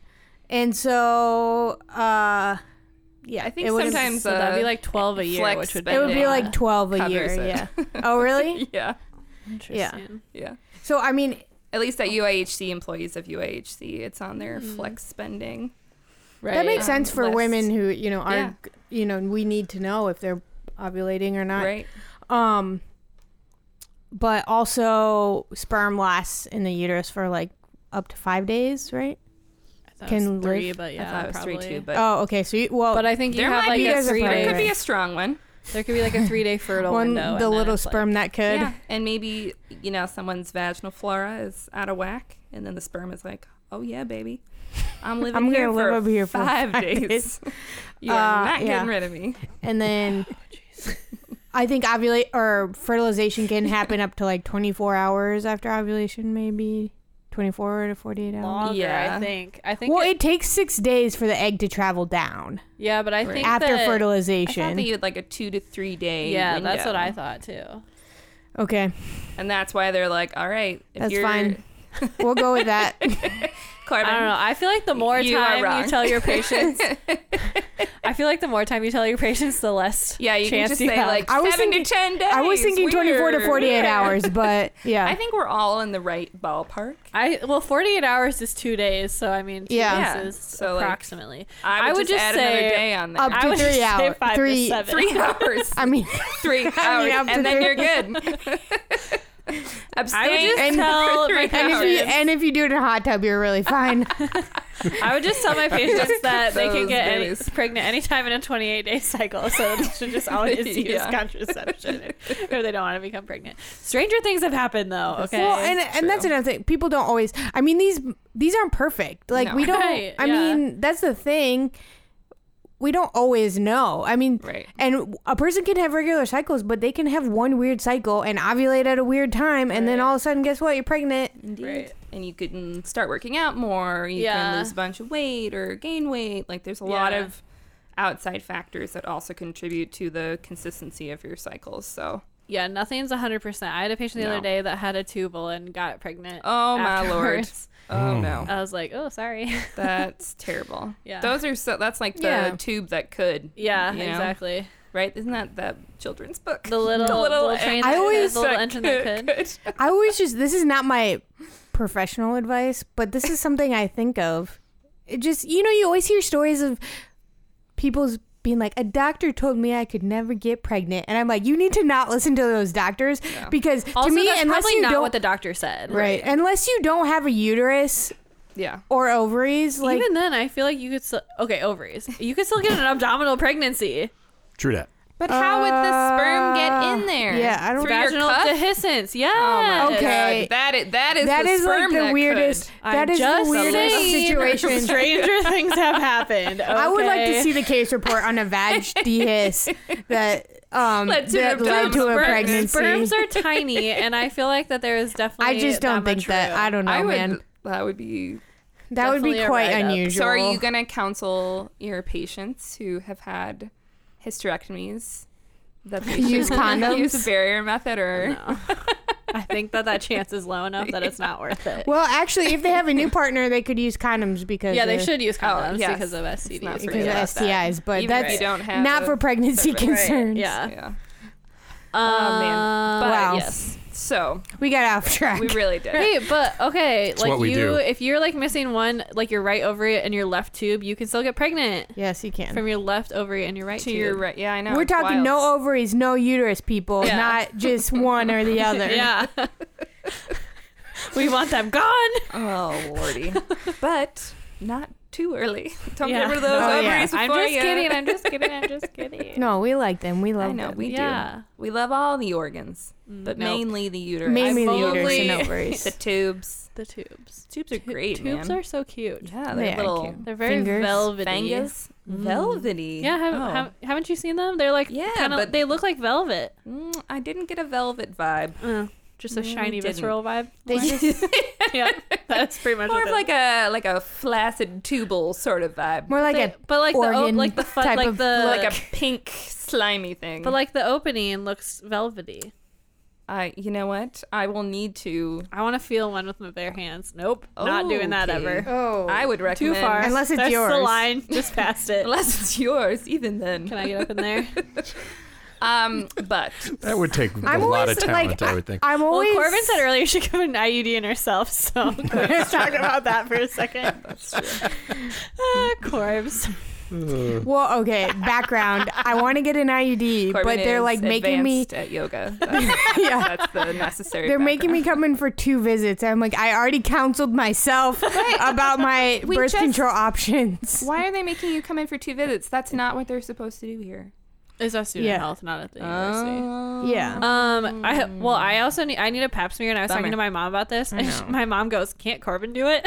[SPEAKER 1] And so uh yeah,
[SPEAKER 4] I think
[SPEAKER 1] it would've-
[SPEAKER 4] sometimes
[SPEAKER 2] So that'd be
[SPEAKER 4] uh,
[SPEAKER 2] like twelve a year,
[SPEAKER 4] flex
[SPEAKER 2] which would be
[SPEAKER 4] spending.
[SPEAKER 1] it would be
[SPEAKER 4] Yeah.
[SPEAKER 1] like 12 a
[SPEAKER 4] Covers
[SPEAKER 1] year,
[SPEAKER 4] it.
[SPEAKER 1] yeah. Oh, really?
[SPEAKER 4] yeah,
[SPEAKER 2] interesting.
[SPEAKER 4] yeah.
[SPEAKER 1] So, I mean,
[SPEAKER 4] At least at UIHC, employees of UIHC, it's on their
[SPEAKER 1] Mm.
[SPEAKER 4] flex spending.
[SPEAKER 2] Right.
[SPEAKER 1] that makes
[SPEAKER 4] um,
[SPEAKER 1] sense for
[SPEAKER 4] list.
[SPEAKER 1] women who, you know, are,
[SPEAKER 4] Yeah.
[SPEAKER 1] you know, we need to know if they're ovulating or not.
[SPEAKER 4] Right.
[SPEAKER 1] Um, but also sperm lasts in the uterus for like up to five days, right?
[SPEAKER 2] That
[SPEAKER 1] can
[SPEAKER 2] was three,
[SPEAKER 1] live.
[SPEAKER 2] but
[SPEAKER 4] I
[SPEAKER 2] yeah,
[SPEAKER 4] thought it was
[SPEAKER 2] probably.
[SPEAKER 4] three two, but
[SPEAKER 1] oh, okay. So, you, well,
[SPEAKER 2] but I think you
[SPEAKER 4] there
[SPEAKER 2] have
[SPEAKER 4] might
[SPEAKER 2] like
[SPEAKER 4] be
[SPEAKER 2] a
[SPEAKER 1] guys are
[SPEAKER 2] three
[SPEAKER 4] there
[SPEAKER 1] probably
[SPEAKER 4] could
[SPEAKER 2] day.
[SPEAKER 4] be a strong one.
[SPEAKER 2] There could be like a three day fertile
[SPEAKER 1] one,
[SPEAKER 2] window. and
[SPEAKER 1] the
[SPEAKER 2] then
[SPEAKER 1] little
[SPEAKER 2] it's, like-
[SPEAKER 1] sperm that could.
[SPEAKER 4] Yeah, and maybe you know someone's vaginal flora is out of whack, and then the sperm is like, "Oh yeah, baby, I'm living
[SPEAKER 1] I'm
[SPEAKER 4] here
[SPEAKER 1] gonna live
[SPEAKER 4] for
[SPEAKER 1] over here for
[SPEAKER 4] five,
[SPEAKER 1] five
[SPEAKER 4] days.
[SPEAKER 1] days."
[SPEAKER 4] You're not
[SPEAKER 1] Uh,
[SPEAKER 4] getting
[SPEAKER 1] yeah.
[SPEAKER 4] rid of me."
[SPEAKER 1] And then I think ovulate or fertilization can happen up to like 24 hours after ovulation, maybe 24 to 48 hours.
[SPEAKER 2] longer,
[SPEAKER 4] Yeah.
[SPEAKER 2] I think. I think.
[SPEAKER 1] Well,
[SPEAKER 2] it,
[SPEAKER 1] it takes six days for the egg to travel down
[SPEAKER 2] yeah, but I think
[SPEAKER 1] after
[SPEAKER 2] that-
[SPEAKER 4] I thought
[SPEAKER 1] fertilization.
[SPEAKER 4] that you had like a two to three day.
[SPEAKER 2] Yeah,
[SPEAKER 4] window.
[SPEAKER 2] that's what I thought too.
[SPEAKER 1] okay,
[SPEAKER 4] And that's why they're like, "All right, if
[SPEAKER 1] that's
[SPEAKER 4] you're
[SPEAKER 1] fine. we'll go with that.
[SPEAKER 4] Corbin,
[SPEAKER 2] I don't know. I feel like the more
[SPEAKER 4] You are
[SPEAKER 2] time
[SPEAKER 4] wrong.
[SPEAKER 2] you tell your patients, I feel like the more time you tell your patients, the less
[SPEAKER 4] Yeah, you can
[SPEAKER 2] chance
[SPEAKER 4] just
[SPEAKER 2] you
[SPEAKER 4] say
[SPEAKER 2] have.
[SPEAKER 4] like
[SPEAKER 1] I was
[SPEAKER 4] seven
[SPEAKER 1] thinking-
[SPEAKER 4] to ten days.
[SPEAKER 1] I was thinking 24 to
[SPEAKER 4] Weird.
[SPEAKER 1] 48
[SPEAKER 4] Weird.
[SPEAKER 1] hours, but yeah,
[SPEAKER 4] I think we're all in the right ballpark.
[SPEAKER 2] I well, forty eight hours is two days, so I mean, two
[SPEAKER 1] Yeah.
[SPEAKER 2] days
[SPEAKER 4] Yeah,
[SPEAKER 2] is
[SPEAKER 4] so, like,
[SPEAKER 2] approximately.
[SPEAKER 4] I would, just, add
[SPEAKER 2] say
[SPEAKER 4] another day on there.
[SPEAKER 1] up
[SPEAKER 2] I
[SPEAKER 1] to
[SPEAKER 2] would just
[SPEAKER 1] three
[SPEAKER 2] say
[SPEAKER 1] hours,
[SPEAKER 2] five to
[SPEAKER 1] three,
[SPEAKER 2] seven.
[SPEAKER 4] three hours.
[SPEAKER 1] I mean,
[SPEAKER 4] three hours,
[SPEAKER 1] up to
[SPEAKER 4] and then
[SPEAKER 1] three-
[SPEAKER 4] you're good. Abstain
[SPEAKER 2] just
[SPEAKER 4] and
[SPEAKER 2] tell
[SPEAKER 4] for
[SPEAKER 2] my
[SPEAKER 4] three
[SPEAKER 1] and if
[SPEAKER 4] hours.
[SPEAKER 1] you and if you do it in a hot tub, you're really fine.
[SPEAKER 2] I would just tell my patients that they can
[SPEAKER 4] Those
[SPEAKER 2] get any,
[SPEAKER 4] babies.
[SPEAKER 2] pregnant anytime in a 28 day cycle, so they should just always use
[SPEAKER 4] Yeah.
[SPEAKER 2] contraception if, if they don't want to become pregnant. Stranger things have happened though. Okay.
[SPEAKER 1] Well, and and that's another thing. People don't always. I mean, these these aren't perfect. Like
[SPEAKER 4] No.
[SPEAKER 1] we don't.
[SPEAKER 2] Right,
[SPEAKER 1] I
[SPEAKER 2] yeah.
[SPEAKER 1] mean, that's the thing. We don't always know. I mean,
[SPEAKER 4] Right.
[SPEAKER 1] and a person can have regular cycles, but they can have one weird cycle and ovulate at a weird time, and then all of a sudden, guess what? You're pregnant.
[SPEAKER 4] Indeed.
[SPEAKER 2] Right.
[SPEAKER 4] And you can start working out more. You
[SPEAKER 2] Yeah.
[SPEAKER 4] can lose a bunch of weight or gain weight. Like there's a lot
[SPEAKER 2] Yeah.
[SPEAKER 4] of outside factors that also contribute to the consistency of your cycles. So,
[SPEAKER 2] yeah, nothing's 100%. I had a patient the
[SPEAKER 4] No.
[SPEAKER 2] other day that had a tubal and got pregnant.
[SPEAKER 4] oh my lord.
[SPEAKER 2] afterwards.
[SPEAKER 4] Oh no.
[SPEAKER 2] I was like, oh, sorry.
[SPEAKER 4] That's terrible.
[SPEAKER 2] Yeah.
[SPEAKER 4] Those are so that's like the
[SPEAKER 1] Yeah.
[SPEAKER 4] tube that could.
[SPEAKER 2] yeah,
[SPEAKER 4] you know?
[SPEAKER 2] exactly.
[SPEAKER 4] Right? Isn't that that children's book?
[SPEAKER 2] The little, the little, train
[SPEAKER 1] I
[SPEAKER 2] that,
[SPEAKER 1] always-
[SPEAKER 2] the little engine that could.
[SPEAKER 1] I always just. This is not my professional advice, but this is something I think of. It just you know, you always hear stories of people's being like, a doctor told me I could never get pregnant, and I'm like, you need to not listen to those doctors because
[SPEAKER 2] Also,
[SPEAKER 1] to me,
[SPEAKER 2] that's
[SPEAKER 1] unless
[SPEAKER 2] probably
[SPEAKER 1] you
[SPEAKER 2] not
[SPEAKER 1] don't,
[SPEAKER 2] what the doctor said.
[SPEAKER 1] right, unless you don't have a uterus
[SPEAKER 4] Yeah.
[SPEAKER 1] or ovaries, like
[SPEAKER 2] Even then, I feel like you could still okay ovaries. You could still get an abdominal pregnancy.
[SPEAKER 3] True that.
[SPEAKER 4] But how would the sperm get
[SPEAKER 1] Uh,
[SPEAKER 4] in there?
[SPEAKER 1] yeah, I don't-
[SPEAKER 4] Through your
[SPEAKER 2] Vaginal
[SPEAKER 4] cup?
[SPEAKER 2] dehiscence.
[SPEAKER 4] Oh
[SPEAKER 2] Yeah.
[SPEAKER 4] my
[SPEAKER 1] Okay.
[SPEAKER 4] God. That is that is
[SPEAKER 1] that
[SPEAKER 4] the
[SPEAKER 1] is like
[SPEAKER 4] sperm
[SPEAKER 1] the
[SPEAKER 4] that
[SPEAKER 1] weirdest.
[SPEAKER 4] could.
[SPEAKER 1] That is the weirdest situation.
[SPEAKER 2] Stranger things have happened.
[SPEAKER 1] I would like to
[SPEAKER 2] okay?
[SPEAKER 1] see the case report on a vag dehis that um
[SPEAKER 4] Led to
[SPEAKER 1] that
[SPEAKER 4] an
[SPEAKER 1] led to
[SPEAKER 4] abdominal
[SPEAKER 1] a
[SPEAKER 4] birth.
[SPEAKER 1] pregnancy.
[SPEAKER 2] Sperms are tiny, and I feel like that there is definitely.
[SPEAKER 1] I just don't think
[SPEAKER 2] much
[SPEAKER 1] that.
[SPEAKER 2] room.
[SPEAKER 1] I don't know,
[SPEAKER 4] I would
[SPEAKER 1] man.
[SPEAKER 4] that would be
[SPEAKER 1] That would be
[SPEAKER 2] definitely a
[SPEAKER 1] quite
[SPEAKER 2] write-up. So are
[SPEAKER 1] unusual.
[SPEAKER 4] So are you going to counsel your patients who have had hysterectomies that they
[SPEAKER 1] Use
[SPEAKER 4] should
[SPEAKER 1] condoms?
[SPEAKER 4] use a barrier method or
[SPEAKER 2] No. I think that that chance is low enough that it's not worth it.
[SPEAKER 1] well, actually, if they have a new partner, they could use condoms because
[SPEAKER 2] yeah, they
[SPEAKER 1] of-
[SPEAKER 2] should use condoms
[SPEAKER 4] yes.
[SPEAKER 2] because of
[SPEAKER 4] not
[SPEAKER 2] STDs.
[SPEAKER 4] for
[SPEAKER 1] because of
[SPEAKER 4] forget about
[SPEAKER 1] STIs, but
[SPEAKER 4] Even if
[SPEAKER 1] that's
[SPEAKER 4] you don't have
[SPEAKER 1] not
[SPEAKER 4] a-
[SPEAKER 1] for pregnancy
[SPEAKER 4] Right,
[SPEAKER 1] concerns.
[SPEAKER 2] Yeah.
[SPEAKER 4] yeah.
[SPEAKER 2] oh
[SPEAKER 4] man.
[SPEAKER 2] man.
[SPEAKER 4] But
[SPEAKER 1] Wow.
[SPEAKER 4] yes. So
[SPEAKER 1] we got off track.
[SPEAKER 4] we really did. it.
[SPEAKER 2] Hey, but okay, like
[SPEAKER 3] what we
[SPEAKER 2] you,
[SPEAKER 3] do.
[SPEAKER 2] if you're like missing one, like your right ovary and your left tube, you can still get pregnant
[SPEAKER 1] yes, you can.
[SPEAKER 2] from your left ovary and your right
[SPEAKER 4] to
[SPEAKER 2] tube.
[SPEAKER 4] your right. Yeah, I know.
[SPEAKER 1] We're
[SPEAKER 4] it's
[SPEAKER 1] talking
[SPEAKER 4] wild.
[SPEAKER 1] no ovaries, no uterus, people,
[SPEAKER 2] Yeah.
[SPEAKER 1] not just one or the other.
[SPEAKER 2] Yeah. we want them gone.
[SPEAKER 4] Oh lordy. but not too early. Don't
[SPEAKER 2] Yeah.
[SPEAKER 4] get rid of those
[SPEAKER 1] Oh, yeah.
[SPEAKER 4] ovaries
[SPEAKER 2] I'm
[SPEAKER 4] before
[SPEAKER 2] just
[SPEAKER 4] ya.
[SPEAKER 2] kidding. I'm just kidding. I'm just kidding.
[SPEAKER 1] No, we like them. We love
[SPEAKER 4] I know
[SPEAKER 1] them.
[SPEAKER 4] we
[SPEAKER 2] Yeah.
[SPEAKER 4] do. We love all the organs, but
[SPEAKER 2] nope.
[SPEAKER 4] mainly the uterus.
[SPEAKER 1] Mainly the uterus
[SPEAKER 2] only-
[SPEAKER 1] and
[SPEAKER 4] the
[SPEAKER 1] ovaries.
[SPEAKER 4] tubes.
[SPEAKER 2] The tubes.
[SPEAKER 4] Tubes are
[SPEAKER 2] Tu-
[SPEAKER 4] great,
[SPEAKER 2] Tubes
[SPEAKER 4] man.
[SPEAKER 2] are so cute.
[SPEAKER 4] Yeah,
[SPEAKER 1] They
[SPEAKER 4] they're
[SPEAKER 1] are
[SPEAKER 4] little Mm.
[SPEAKER 1] cute.
[SPEAKER 2] They're very
[SPEAKER 1] Fingers,
[SPEAKER 2] velvety.
[SPEAKER 4] Fangus? Velvety.
[SPEAKER 2] Yeah, have,
[SPEAKER 4] Oh.
[SPEAKER 2] have, haven't you seen them? They're like
[SPEAKER 4] Yeah,
[SPEAKER 2] kinda,
[SPEAKER 4] but-
[SPEAKER 2] they look like velvet.
[SPEAKER 4] Mm, I didn't get a velvet vibe.
[SPEAKER 2] Uh, just a
[SPEAKER 4] No, we
[SPEAKER 2] shiny
[SPEAKER 4] didn't.
[SPEAKER 2] visceral vibe.
[SPEAKER 1] They just
[SPEAKER 2] yeah, that's pretty much
[SPEAKER 4] More
[SPEAKER 2] what
[SPEAKER 4] of
[SPEAKER 2] it
[SPEAKER 4] like a like a flaccid tubal sort of vibe.
[SPEAKER 1] more like
[SPEAKER 2] They-
[SPEAKER 1] a
[SPEAKER 2] but like the
[SPEAKER 1] organ
[SPEAKER 2] op- like the fun,
[SPEAKER 1] type
[SPEAKER 2] like
[SPEAKER 1] of
[SPEAKER 2] the
[SPEAKER 4] like a pink slimy thing.
[SPEAKER 2] but like the opening looks velvety.
[SPEAKER 4] I you know what? I will need to
[SPEAKER 2] I want to feel one with my bare hands. Nope, not doing that
[SPEAKER 4] Okay.
[SPEAKER 2] ever.
[SPEAKER 1] oh.
[SPEAKER 4] I would
[SPEAKER 2] Too
[SPEAKER 4] recommend
[SPEAKER 2] far.
[SPEAKER 1] Unless it's
[SPEAKER 2] That's the
[SPEAKER 1] yours.
[SPEAKER 2] line just past it.
[SPEAKER 4] unless it's yours even then.
[SPEAKER 2] Can I get up in there?
[SPEAKER 4] Um but
[SPEAKER 3] That would take a
[SPEAKER 1] I'm
[SPEAKER 3] lot
[SPEAKER 1] always
[SPEAKER 3] of
[SPEAKER 1] like
[SPEAKER 3] talent, I would think.
[SPEAKER 1] I'm always
[SPEAKER 2] Well, Corbin said earlier she could have an IUD in herself, so we're just talking about that for a second.
[SPEAKER 4] that's true.
[SPEAKER 2] Ah, Corbs.
[SPEAKER 1] Well, okay, background. I want to get an IUD,
[SPEAKER 4] Corbin
[SPEAKER 1] but they're
[SPEAKER 4] is
[SPEAKER 1] like making me
[SPEAKER 4] advanced at yoga. That's,
[SPEAKER 1] yeah.
[SPEAKER 4] that's the necessary
[SPEAKER 1] They're making me come in for two visits. I'm like, I already counseled myself about my
[SPEAKER 4] We
[SPEAKER 1] birth
[SPEAKER 4] just-
[SPEAKER 1] control options.
[SPEAKER 4] Why are they making you come in for two visits? That's not what they're supposed to do here.
[SPEAKER 2] It's at student
[SPEAKER 1] Yeah.
[SPEAKER 2] health, not at the university.
[SPEAKER 4] Oh.
[SPEAKER 1] Yeah.
[SPEAKER 2] Um, I well, I also need I need a pap smear, and I was
[SPEAKER 4] Bummer.
[SPEAKER 2] talking to my mom about this, and she, my mom goes, "Can't Corbin do it?"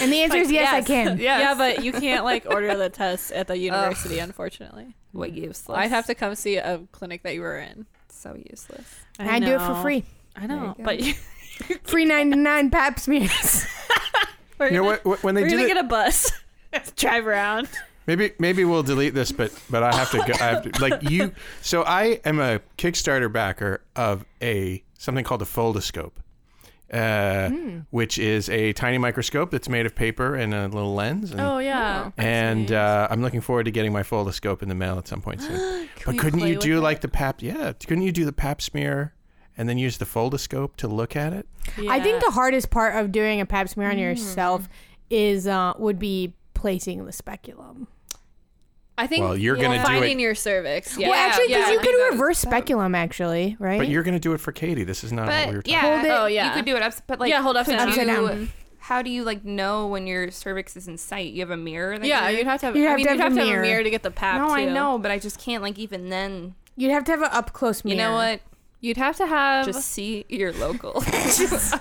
[SPEAKER 1] And the answer is yes, I can.
[SPEAKER 4] Yes.
[SPEAKER 2] Yeah, but you can't like order the test at the university, unfortunately.
[SPEAKER 4] what useless.
[SPEAKER 2] I'd have to come see a clinic that you were in.
[SPEAKER 4] so useless.
[SPEAKER 1] And I do it for
[SPEAKER 2] know.
[SPEAKER 1] free.
[SPEAKER 2] I know,
[SPEAKER 4] There you go.
[SPEAKER 2] but you,
[SPEAKER 1] Free 99 pap smears.
[SPEAKER 2] we're
[SPEAKER 3] You know
[SPEAKER 2] gonna,
[SPEAKER 3] what? wh- When they
[SPEAKER 2] We're
[SPEAKER 3] do
[SPEAKER 2] gonna
[SPEAKER 3] that,
[SPEAKER 2] get a bus, drive around.
[SPEAKER 3] Maybe maybe we'll delete this, but but I have to go. I have to, like you. So I am a Kickstarter backer of a something called a Foldoscope, uh, which is a tiny microscope that's made of paper and a little lens.
[SPEAKER 2] Oh,
[SPEAKER 3] And,
[SPEAKER 2] yeah,
[SPEAKER 3] And uh, I'm looking forward to getting my Foldoscope in the mail at some point soon. but
[SPEAKER 2] we
[SPEAKER 3] couldn't
[SPEAKER 2] play
[SPEAKER 3] you
[SPEAKER 2] with
[SPEAKER 3] do like the pap? Yeah, couldn't you do the pap smear and then use the Foldoscope to look at it?
[SPEAKER 1] I think the hardest part of doing a pap smear
[SPEAKER 4] Mm.
[SPEAKER 1] on yourself is uh, would be placing the speculum.
[SPEAKER 2] I think
[SPEAKER 3] Well, you're gonna do
[SPEAKER 2] finding
[SPEAKER 3] it-
[SPEAKER 2] your cervix. Yeah,
[SPEAKER 1] well, actually, because
[SPEAKER 4] yeah,
[SPEAKER 1] you
[SPEAKER 4] I
[SPEAKER 1] could
[SPEAKER 4] noticed
[SPEAKER 1] reverse
[SPEAKER 4] that.
[SPEAKER 1] speculum, actually, right?
[SPEAKER 3] But you're gonna do it for Katie. This is not what we were
[SPEAKER 4] But
[SPEAKER 3] talking.
[SPEAKER 4] yeah,
[SPEAKER 1] Hold it-
[SPEAKER 2] Oh, yeah.
[SPEAKER 4] you could do it up. But like,
[SPEAKER 2] yeah, hold upside
[SPEAKER 4] could
[SPEAKER 2] down.
[SPEAKER 1] Upside
[SPEAKER 4] you
[SPEAKER 1] down.
[SPEAKER 4] how do you like know when your cervix is in sight? You have a mirror. That
[SPEAKER 2] Yeah,
[SPEAKER 4] you're-
[SPEAKER 2] you'd have to have.
[SPEAKER 1] You'd
[SPEAKER 2] I
[SPEAKER 1] have
[SPEAKER 2] mean,
[SPEAKER 1] to
[SPEAKER 2] you'd
[SPEAKER 1] have
[SPEAKER 2] have
[SPEAKER 1] a
[SPEAKER 2] to have a
[SPEAKER 1] mirror.
[SPEAKER 2] mirror to get the pap.
[SPEAKER 4] No, I
[SPEAKER 2] too.
[SPEAKER 4] know, but I just can't like even then.
[SPEAKER 1] You'd have to have an up close
[SPEAKER 4] You
[SPEAKER 1] mirror.
[SPEAKER 4] know what?
[SPEAKER 2] You'd have to have.
[SPEAKER 4] Just see your local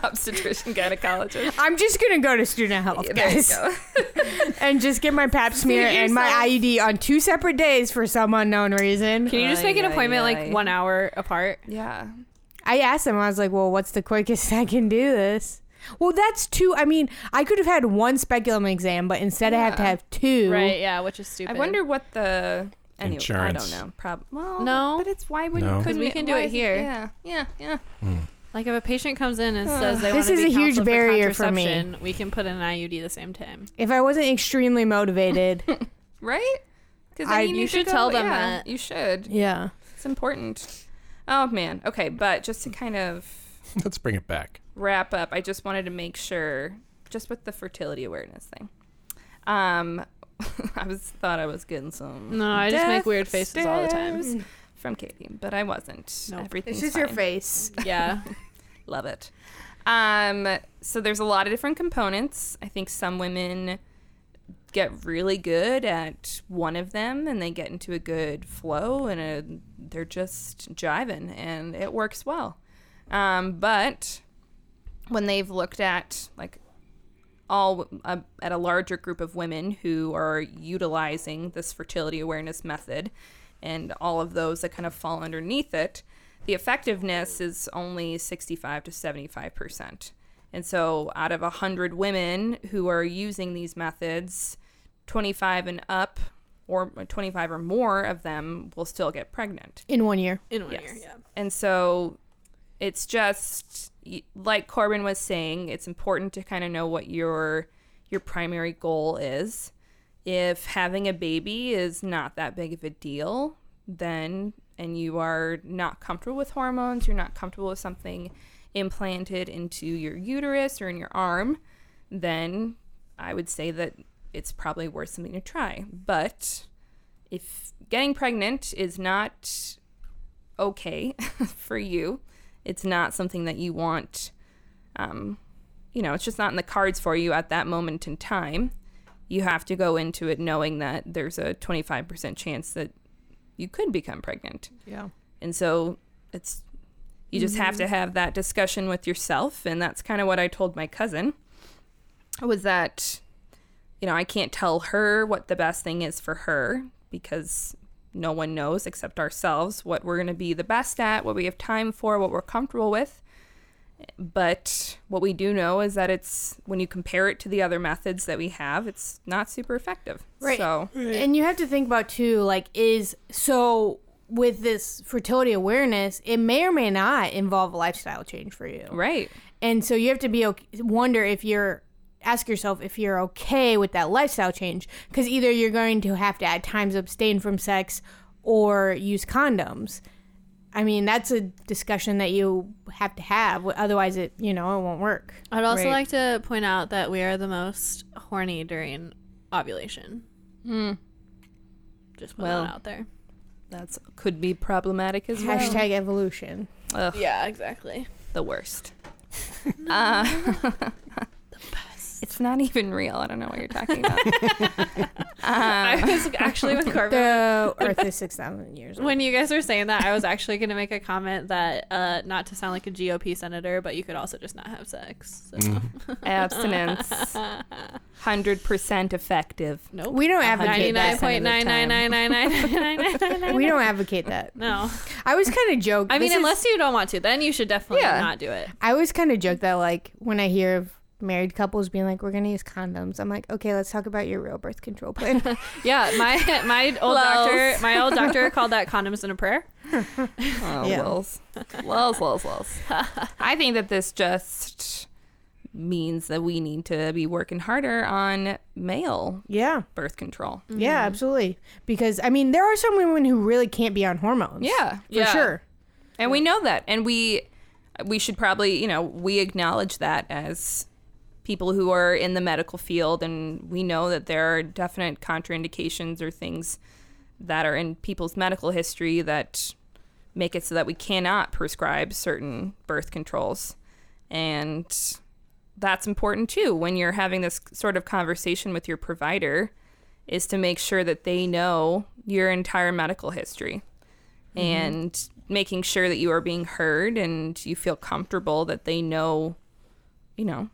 [SPEAKER 4] obstetrician gynecologist.
[SPEAKER 1] I'm just gonna go to student health,
[SPEAKER 4] There you
[SPEAKER 1] guys,
[SPEAKER 4] go.
[SPEAKER 1] and just get my pap smear and my
[SPEAKER 4] yourself.
[SPEAKER 1] IUD on two separate days for some unknown reason.
[SPEAKER 2] can you just
[SPEAKER 4] Ay,
[SPEAKER 2] make an
[SPEAKER 4] ay,
[SPEAKER 2] appointment
[SPEAKER 4] ay.
[SPEAKER 2] like one hour apart?
[SPEAKER 4] Yeah.
[SPEAKER 1] I asked him, I was like, well, what's the quickest I can do this? Well, that's two. I mean, I could have had one speculum exam, but instead I have to
[SPEAKER 4] Yeah.
[SPEAKER 1] have two.
[SPEAKER 2] Right. Yeah, which is stupid.
[SPEAKER 4] I wonder what the anyway,
[SPEAKER 3] Insurance.
[SPEAKER 4] I don't know. Prob- well,
[SPEAKER 2] No.
[SPEAKER 4] but it's why wouldn't
[SPEAKER 3] No.
[SPEAKER 2] 'Cause we
[SPEAKER 4] couldn't it-
[SPEAKER 2] can do
[SPEAKER 4] why
[SPEAKER 2] it
[SPEAKER 4] is
[SPEAKER 2] here.
[SPEAKER 4] Yeah, yeah, yeah.
[SPEAKER 2] Like if a patient comes in and says they
[SPEAKER 1] This
[SPEAKER 2] want to
[SPEAKER 1] is
[SPEAKER 2] be
[SPEAKER 1] a huge
[SPEAKER 2] counseled for
[SPEAKER 1] barrier for me.
[SPEAKER 2] contraception, we can put in an IUD the same time.
[SPEAKER 1] If I wasn't extremely motivated,
[SPEAKER 4] Right? Because
[SPEAKER 1] I-
[SPEAKER 2] you should tell them that.
[SPEAKER 4] You should.
[SPEAKER 1] yeah.
[SPEAKER 4] It's important. Oh man. Okay, but just to kind of
[SPEAKER 3] Let's bring it back.
[SPEAKER 4] wrap up, I just wanted to make sure, just with the fertility awareness thing. Um, I was thought I was getting some.
[SPEAKER 2] No, I just
[SPEAKER 4] death
[SPEAKER 2] make weird faces all the time.
[SPEAKER 4] stares From Katie, but I wasn't.
[SPEAKER 2] Nope.
[SPEAKER 4] Everything's
[SPEAKER 1] It's just your
[SPEAKER 4] fine.
[SPEAKER 1] face.
[SPEAKER 2] Yeah.
[SPEAKER 4] Love it. Um, so there's a lot of different components. I think some women get really good at one of them and they get into a good flow and a, they're just jiving and it works well. Um, but when they've looked at like all uh, at a larger group of women who are utilizing this fertility awareness method and all of those that kind of fall underneath it the effectiveness is only 65 to 75 percent and so out of 100 women who are using these methods 25 and up or 25 or more of them will still get pregnant
[SPEAKER 1] In one year.
[SPEAKER 2] In one
[SPEAKER 4] Yes.
[SPEAKER 2] year. Yeah.
[SPEAKER 4] And so it's just y- like Corbin was saying, it's important to kind of know what your your primary goal is. If having a baby is not that big of a deal, then and you are not comfortable with hormones, you're not comfortable with something implanted into your uterus or in your arm, then I would say that it's probably worth something to try. But if getting pregnant is not okay for you. It's not something that you want. Um, you know, it's just not in the cards for you at that moment in time. You have to go into it knowing that there's a 25% chance that you could become pregnant.
[SPEAKER 1] Yeah. Mm-hmm.
[SPEAKER 4] And so it's you just have to have that discussion with yourself and that's kind of what I told my cousin was that you know, I can't tell her what the best thing is for her because no one knows except ourselves what we're going to be the best at, what we have time for, what we're comfortable with. But what we do know is that it's when you compare it to the other methods that we have, it's not super effective.
[SPEAKER 1] Right.
[SPEAKER 4] So,
[SPEAKER 1] And you have to think about too, like, is so with this fertility awareness, it may or may not involve a lifestyle change for you.
[SPEAKER 4] right.
[SPEAKER 1] And so you have to be okay, wonder if you're ask yourself if you're okay with that lifestyle change because either you're going to have to at times abstain from sex or use condoms. I mean, that's a discussion that you have to have. Otherwise, it you know it won't work.
[SPEAKER 2] I'd also
[SPEAKER 4] Right.
[SPEAKER 2] like to point out that we are the most horny during ovulation. Just put
[SPEAKER 4] Well.
[SPEAKER 2] that out there.
[SPEAKER 4] That's could be problematic as well.
[SPEAKER 1] Hashtag evolution.
[SPEAKER 4] Ugh,
[SPEAKER 2] Yeah, exactly.
[SPEAKER 4] the worst. uh, It's not even real. I don't know what you're talking about. Um,
[SPEAKER 2] I was actually with Corbin
[SPEAKER 1] The Earth is six thousand years old.
[SPEAKER 2] when you guys were saying that, I was actually going to make a comment that uh, not to sound like a GOP senator, but you could also just not have sex. So.
[SPEAKER 4] Abstinence, hundred percent effective.
[SPEAKER 2] Nope.
[SPEAKER 1] We don't advocate that.
[SPEAKER 2] 99.9999999.
[SPEAKER 1] We don't advocate that.
[SPEAKER 2] No.
[SPEAKER 1] I was kind of joking.
[SPEAKER 2] I mean, unless you don't want to, then you should definitely
[SPEAKER 4] Yeah.
[SPEAKER 2] not do it.
[SPEAKER 1] I always kind of joke that, like, when I hear of married couples being like, we're going to use condoms, I'm like, okay, let's talk about your real birth control plan.
[SPEAKER 2] Yeah, my my old doctor, my old doctor called that condoms in a prayer.
[SPEAKER 4] Oh,
[SPEAKER 1] Yeah.
[SPEAKER 4] Lils. Lils, Lils, Lils. I think that this just means that we need to be working harder on male
[SPEAKER 1] yeah.
[SPEAKER 4] birth control.
[SPEAKER 1] Yeah, absolutely. Because, I mean, there are some women who really can't be on hormones.
[SPEAKER 4] Yeah.
[SPEAKER 1] For
[SPEAKER 2] Yeah.
[SPEAKER 1] sure.
[SPEAKER 4] And we know that. And we we should probably, you know, we acknowledge that as people who are in the medical field and we know that there are definite contraindications or things that are in people's medical history that make it so that we cannot prescribe certain birth controls. And that's important too when you're having this sort of conversation with your provider is to make sure that they know your entire medical history
[SPEAKER 2] Mm-hmm.
[SPEAKER 4] and making sure that you are being heard and you feel comfortable that they know you know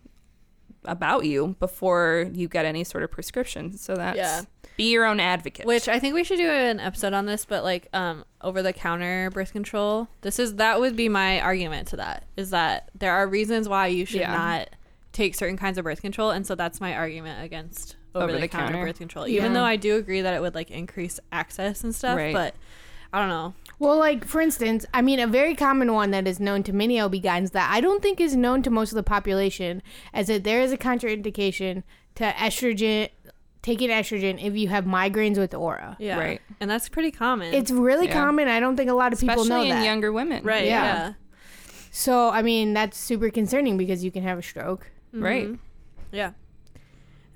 [SPEAKER 4] about you before you get any sort of prescription so that's
[SPEAKER 2] Yeah.
[SPEAKER 4] be your own advocate
[SPEAKER 2] Which I think we should do an episode on this, but like um over the counter birth control. This is that would be my argument to that is that there are reasons why you should
[SPEAKER 4] Yeah.
[SPEAKER 2] not take certain kinds of birth control, and so that's my argument against over, the, counter, birth control. Even
[SPEAKER 1] Yeah.
[SPEAKER 2] though I do agree that it would like increase access and stuff,
[SPEAKER 4] Right.
[SPEAKER 2] but I don't know.
[SPEAKER 1] Well, like for instance, I mean, a very common one that is known to many OB gyns that I don't think is known to most of the population is that there is a contraindication to estrogen, taking estrogen if you have migraines with aura.
[SPEAKER 2] Yeah,
[SPEAKER 4] Right.
[SPEAKER 2] And that's pretty common.
[SPEAKER 1] It's really
[SPEAKER 4] Yeah.
[SPEAKER 1] common. I don't think a lot of people
[SPEAKER 4] especially
[SPEAKER 1] know
[SPEAKER 4] in
[SPEAKER 1] that.
[SPEAKER 4] younger women
[SPEAKER 2] right.
[SPEAKER 1] yeah.
[SPEAKER 2] Yeah.
[SPEAKER 1] so, I mean, that's super concerning because you can have a stroke.
[SPEAKER 4] right
[SPEAKER 1] Mm-hmm.
[SPEAKER 2] Yeah.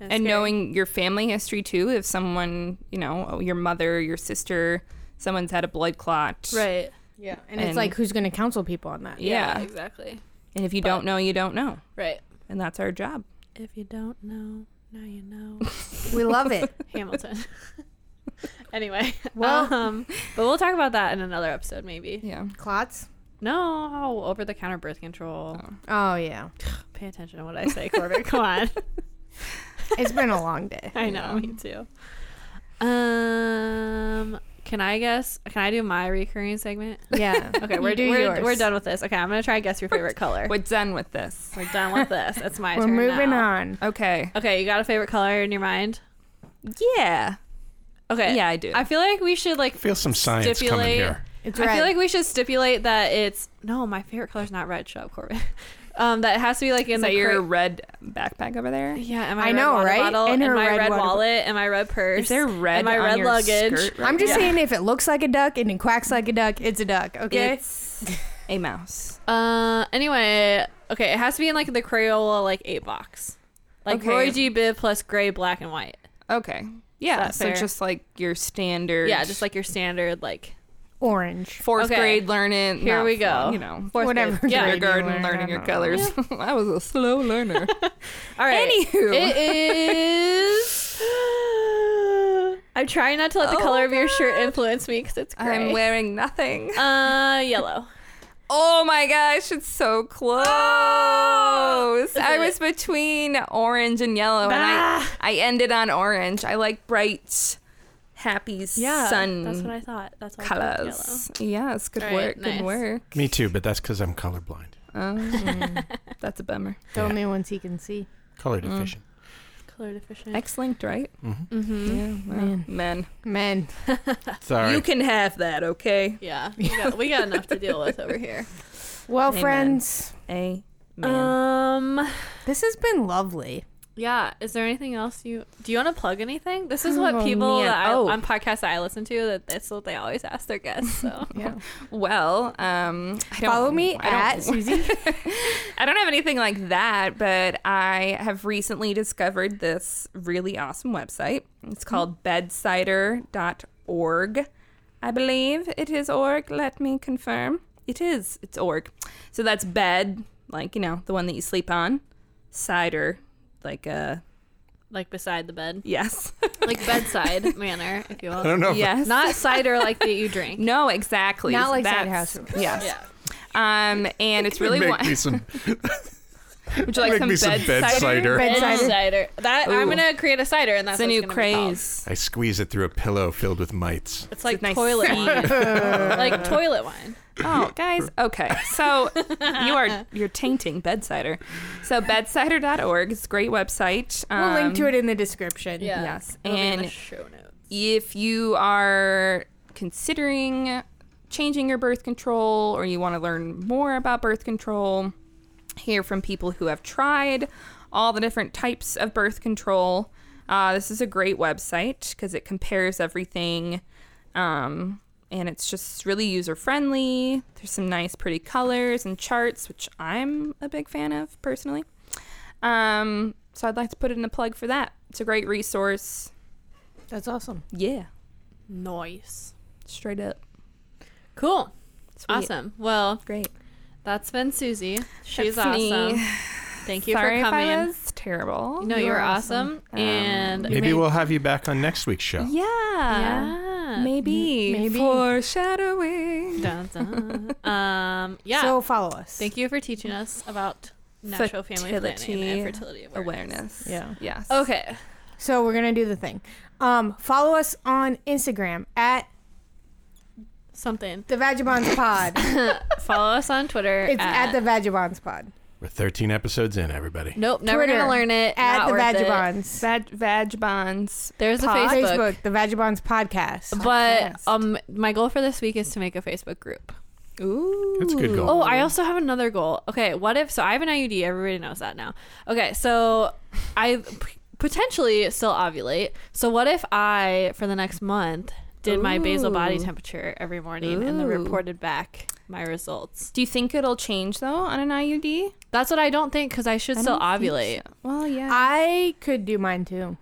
[SPEAKER 2] it's
[SPEAKER 4] and
[SPEAKER 2] scary.
[SPEAKER 4] knowing your family history too if someone you know oh, your mother your sister someone's had a blood clot
[SPEAKER 2] right.
[SPEAKER 1] Yeah, and,
[SPEAKER 4] And-
[SPEAKER 1] it's like who's going to counsel people on that?
[SPEAKER 4] yeah,
[SPEAKER 2] Exactly.
[SPEAKER 4] and if you don't know you don't know
[SPEAKER 2] Right.
[SPEAKER 4] and that's our job
[SPEAKER 2] If you don't know, now you know.
[SPEAKER 1] We love it.
[SPEAKER 2] Hamilton. anyway,
[SPEAKER 1] Well-
[SPEAKER 4] Uh-huh.
[SPEAKER 2] um, but we'll talk about that in another episode, maybe.
[SPEAKER 4] yeah
[SPEAKER 1] Clots.
[SPEAKER 2] No, over the counter birth control.
[SPEAKER 1] Oh yeah,
[SPEAKER 2] Pay attention to what I say, Corbett. Come on.
[SPEAKER 1] it's been a long day.
[SPEAKER 2] I know, me too. Um, can I guess? Can I do my recurring segment?
[SPEAKER 1] Yeah.
[SPEAKER 2] Okay,
[SPEAKER 1] You
[SPEAKER 2] we're,
[SPEAKER 1] do
[SPEAKER 2] we're,
[SPEAKER 1] yours.
[SPEAKER 2] we're done with this. Okay, I'm gonna try to guess your favorite color.
[SPEAKER 4] we're done with this
[SPEAKER 2] We're done with this. It's my
[SPEAKER 1] We're
[SPEAKER 2] turn.
[SPEAKER 1] moving
[SPEAKER 2] now.
[SPEAKER 1] on.
[SPEAKER 4] okay
[SPEAKER 2] Okay, you got a favorite color in your mind?
[SPEAKER 4] yeah
[SPEAKER 2] Okay.
[SPEAKER 4] Yeah, I do.
[SPEAKER 2] I feel like we should like
[SPEAKER 3] I feel some science coming
[SPEAKER 2] stipulate.
[SPEAKER 3] here.
[SPEAKER 1] It's
[SPEAKER 2] I
[SPEAKER 1] red.
[SPEAKER 2] feel like we should stipulate that it's no, my favorite color's not red. Shut up, Corbin. Um, that it has to be like in
[SPEAKER 4] is
[SPEAKER 2] the
[SPEAKER 4] that your
[SPEAKER 2] cra-
[SPEAKER 4] red backpack over there
[SPEAKER 2] yeah, and my
[SPEAKER 1] I
[SPEAKER 2] red
[SPEAKER 1] know,
[SPEAKER 2] water
[SPEAKER 1] right?
[SPEAKER 2] Bottle,
[SPEAKER 1] And
[SPEAKER 2] and
[SPEAKER 1] her
[SPEAKER 2] my
[SPEAKER 1] red
[SPEAKER 2] red,
[SPEAKER 1] water-
[SPEAKER 2] wallet, and my red purse.
[SPEAKER 4] is there red
[SPEAKER 2] And my
[SPEAKER 4] on
[SPEAKER 2] red
[SPEAKER 4] your
[SPEAKER 2] luggage.
[SPEAKER 4] skirt right
[SPEAKER 1] I'm just
[SPEAKER 4] now?
[SPEAKER 1] saying, if it looks like a duck and it quacks like a duck, it's a duck. Okay.
[SPEAKER 4] it's a mouse
[SPEAKER 2] Uh, anyway, okay, it has to be in like the Crayola like eight box, like
[SPEAKER 4] Okay.
[SPEAKER 2] Roy G. Biv plus gray, black, and white.
[SPEAKER 4] okay yeah
[SPEAKER 2] that
[SPEAKER 4] so
[SPEAKER 2] fair?
[SPEAKER 4] just like your standard
[SPEAKER 2] Yeah, just like your standard like.
[SPEAKER 1] Orange.
[SPEAKER 4] fourth
[SPEAKER 2] Okay.
[SPEAKER 4] grade learning
[SPEAKER 2] Here
[SPEAKER 4] not
[SPEAKER 2] we go.
[SPEAKER 4] fourth, you know
[SPEAKER 2] Fourth
[SPEAKER 1] Whatever.
[SPEAKER 2] grade. Yeah.
[SPEAKER 1] grade you
[SPEAKER 4] kindergarten
[SPEAKER 1] learned,
[SPEAKER 4] learning
[SPEAKER 1] I
[SPEAKER 4] your
[SPEAKER 1] don't
[SPEAKER 4] colors. I was a slow learner.
[SPEAKER 2] All right.
[SPEAKER 4] Anywho.
[SPEAKER 2] it is. I'm trying not to let the
[SPEAKER 4] Oh
[SPEAKER 2] color of your
[SPEAKER 4] God.
[SPEAKER 2] shirt influence me because it's gray.
[SPEAKER 4] I'm wearing nothing.
[SPEAKER 2] Uh, yellow.
[SPEAKER 4] Oh my gosh, it's so close. I
[SPEAKER 2] Oh! it- Ah!
[SPEAKER 4] was between orange and yellow,
[SPEAKER 2] Bah.
[SPEAKER 4] and I, I ended on orange. I like bright, happy sun
[SPEAKER 2] That's what I thought. That's what I thought. Yellow.
[SPEAKER 4] colors. Yes, good
[SPEAKER 2] All right,
[SPEAKER 4] work.
[SPEAKER 2] nice.
[SPEAKER 4] Good work.
[SPEAKER 3] Me too, but that's because I'm colorblind,
[SPEAKER 4] Um, that's a bummer.
[SPEAKER 1] The only ones he can see.
[SPEAKER 3] color deficient.
[SPEAKER 2] Color deficient.
[SPEAKER 4] X linked, right?
[SPEAKER 2] Mm-hmm.
[SPEAKER 4] Yeah, well,
[SPEAKER 1] Man.
[SPEAKER 4] men.
[SPEAKER 1] Men.
[SPEAKER 3] Sorry.
[SPEAKER 4] You can have that, okay?
[SPEAKER 2] Yeah, we got, we got enough to deal with over here.
[SPEAKER 1] Well,
[SPEAKER 4] Amen.
[SPEAKER 1] friends,
[SPEAKER 4] Amen.
[SPEAKER 2] Um,
[SPEAKER 1] this has been lovely.
[SPEAKER 2] yeah. Is there anything else you do? You want to plug anything? This is what
[SPEAKER 4] Oh,
[SPEAKER 2] people
[SPEAKER 4] man.
[SPEAKER 2] that I,
[SPEAKER 4] Oh.
[SPEAKER 2] on podcasts that I listen to that that's what they always ask their guests. So
[SPEAKER 1] Yeah.
[SPEAKER 4] Well, um, I don't,
[SPEAKER 1] Follow me
[SPEAKER 4] I don't-
[SPEAKER 1] at Susie.
[SPEAKER 4] I don't have anything like that, but I have recently discovered this really awesome website. It's
[SPEAKER 1] Mm-hmm.
[SPEAKER 4] called bedsider.org. I believe it is org. Let me confirm. It is. It's org. So that's bed, like, you know, the one that you sleep on. Cider, like, uh,
[SPEAKER 2] like beside the bed,
[SPEAKER 4] yes.
[SPEAKER 2] like bedside manner, if you
[SPEAKER 3] I
[SPEAKER 2] will.
[SPEAKER 3] don't know. If
[SPEAKER 4] yes.
[SPEAKER 2] Not cider like that you drink.
[SPEAKER 4] no, exactly.
[SPEAKER 1] Not like cider
[SPEAKER 4] That's-
[SPEAKER 1] house.
[SPEAKER 4] Yes.
[SPEAKER 2] Yeah.
[SPEAKER 4] Um, and it's really
[SPEAKER 3] make
[SPEAKER 4] one.
[SPEAKER 3] me some,
[SPEAKER 4] Would you like
[SPEAKER 3] make
[SPEAKER 4] some
[SPEAKER 3] me some
[SPEAKER 4] bed,
[SPEAKER 3] bed cider.
[SPEAKER 1] Bed-
[SPEAKER 2] Cider.
[SPEAKER 1] Cider.
[SPEAKER 2] cider. That I'm
[SPEAKER 4] Ooh.
[SPEAKER 2] gonna create a cider, and that's
[SPEAKER 4] It's a
[SPEAKER 2] what
[SPEAKER 4] new
[SPEAKER 2] gonna be called.
[SPEAKER 4] craze.
[SPEAKER 3] I squeeze it through a pillow filled with mites.
[SPEAKER 2] It's like
[SPEAKER 4] a nice
[SPEAKER 2] toilet
[SPEAKER 4] seed.
[SPEAKER 2] wine, like toilet wine.
[SPEAKER 4] Oh, guys. Okay. So you are you're tainting bedsider. So bedsider.org is a great website.
[SPEAKER 1] We'll link to
[SPEAKER 4] Um,
[SPEAKER 1] it in the description.
[SPEAKER 2] Yeah.
[SPEAKER 4] Yes.
[SPEAKER 2] It'll be in the
[SPEAKER 4] And-
[SPEAKER 2] show notes.
[SPEAKER 4] If you are considering changing your birth control or you want to learn more about birth control, hear from people who have tried all the different types of birth control. Uh, this is a great website because it compares everything um, and it's just really user friendly. There's some nice, pretty colors and charts, which I'm a big fan of personally. Um, so I'd like to put in a plug for that. It's a great resource.
[SPEAKER 1] That's awesome.
[SPEAKER 4] Yeah,
[SPEAKER 2] Nice.
[SPEAKER 4] straight up.
[SPEAKER 2] Cool.
[SPEAKER 4] Sweet.
[SPEAKER 2] Awesome. Well,
[SPEAKER 4] Great.
[SPEAKER 2] that's been Susie. She's
[SPEAKER 4] That's me.
[SPEAKER 2] awesome. Thank you
[SPEAKER 4] Sorry
[SPEAKER 2] for coming.
[SPEAKER 4] if I was terrible.
[SPEAKER 2] no,
[SPEAKER 4] You
[SPEAKER 2] you're
[SPEAKER 4] were
[SPEAKER 2] awesome.
[SPEAKER 4] Um,
[SPEAKER 2] and
[SPEAKER 3] Maybe we'll have you back on next week's show.
[SPEAKER 4] Yeah.
[SPEAKER 2] yeah.
[SPEAKER 4] Maybe.
[SPEAKER 1] Maybe.
[SPEAKER 4] Foreshadowing.
[SPEAKER 2] Dun, dun. um, yeah.
[SPEAKER 1] So follow us.
[SPEAKER 2] Thank you for teaching us about natural family planning and fertility
[SPEAKER 4] awareness.
[SPEAKER 2] awareness.
[SPEAKER 1] Yeah.
[SPEAKER 4] Yes.
[SPEAKER 2] Okay.
[SPEAKER 1] So we're gonna do the thing. Um, follow us on Instagram at
[SPEAKER 2] Something.
[SPEAKER 1] the Vagabonds Pod.
[SPEAKER 2] Follow us on Twitter.
[SPEAKER 1] It's at, the Vagabonds Pod.
[SPEAKER 3] We're 13 episodes in, everybody.
[SPEAKER 2] Nope, never
[SPEAKER 1] Twitter,
[SPEAKER 2] gonna learn it.
[SPEAKER 1] At
[SPEAKER 2] Not
[SPEAKER 1] the
[SPEAKER 2] worth it.
[SPEAKER 1] Vagabonds.
[SPEAKER 4] Vag, vag bonds.
[SPEAKER 2] There's a
[SPEAKER 4] Pod.
[SPEAKER 2] Facebook.
[SPEAKER 1] Facebook, the Vagabonds Podcast.
[SPEAKER 2] But
[SPEAKER 4] Podcast.
[SPEAKER 2] um, my goal for this week is to make a Facebook group.
[SPEAKER 4] Ooh.
[SPEAKER 3] That's a good goal.
[SPEAKER 2] Oh, I also have another goal. Okay, what if? So I have an IUD. Everybody knows that now. Okay, so I p- potentially still ovulate. So what if I, for the next month, did my basal body
[SPEAKER 4] Ooh.
[SPEAKER 2] temperature every morning and then
[SPEAKER 4] Ooh.
[SPEAKER 2] reported back my results?
[SPEAKER 4] Do you think it'll change though on an IUD?
[SPEAKER 2] That's what I don't think because I should
[SPEAKER 4] I
[SPEAKER 2] still
[SPEAKER 4] don't think
[SPEAKER 2] ovulate.
[SPEAKER 4] so. Well, yeah.
[SPEAKER 1] I could do mine too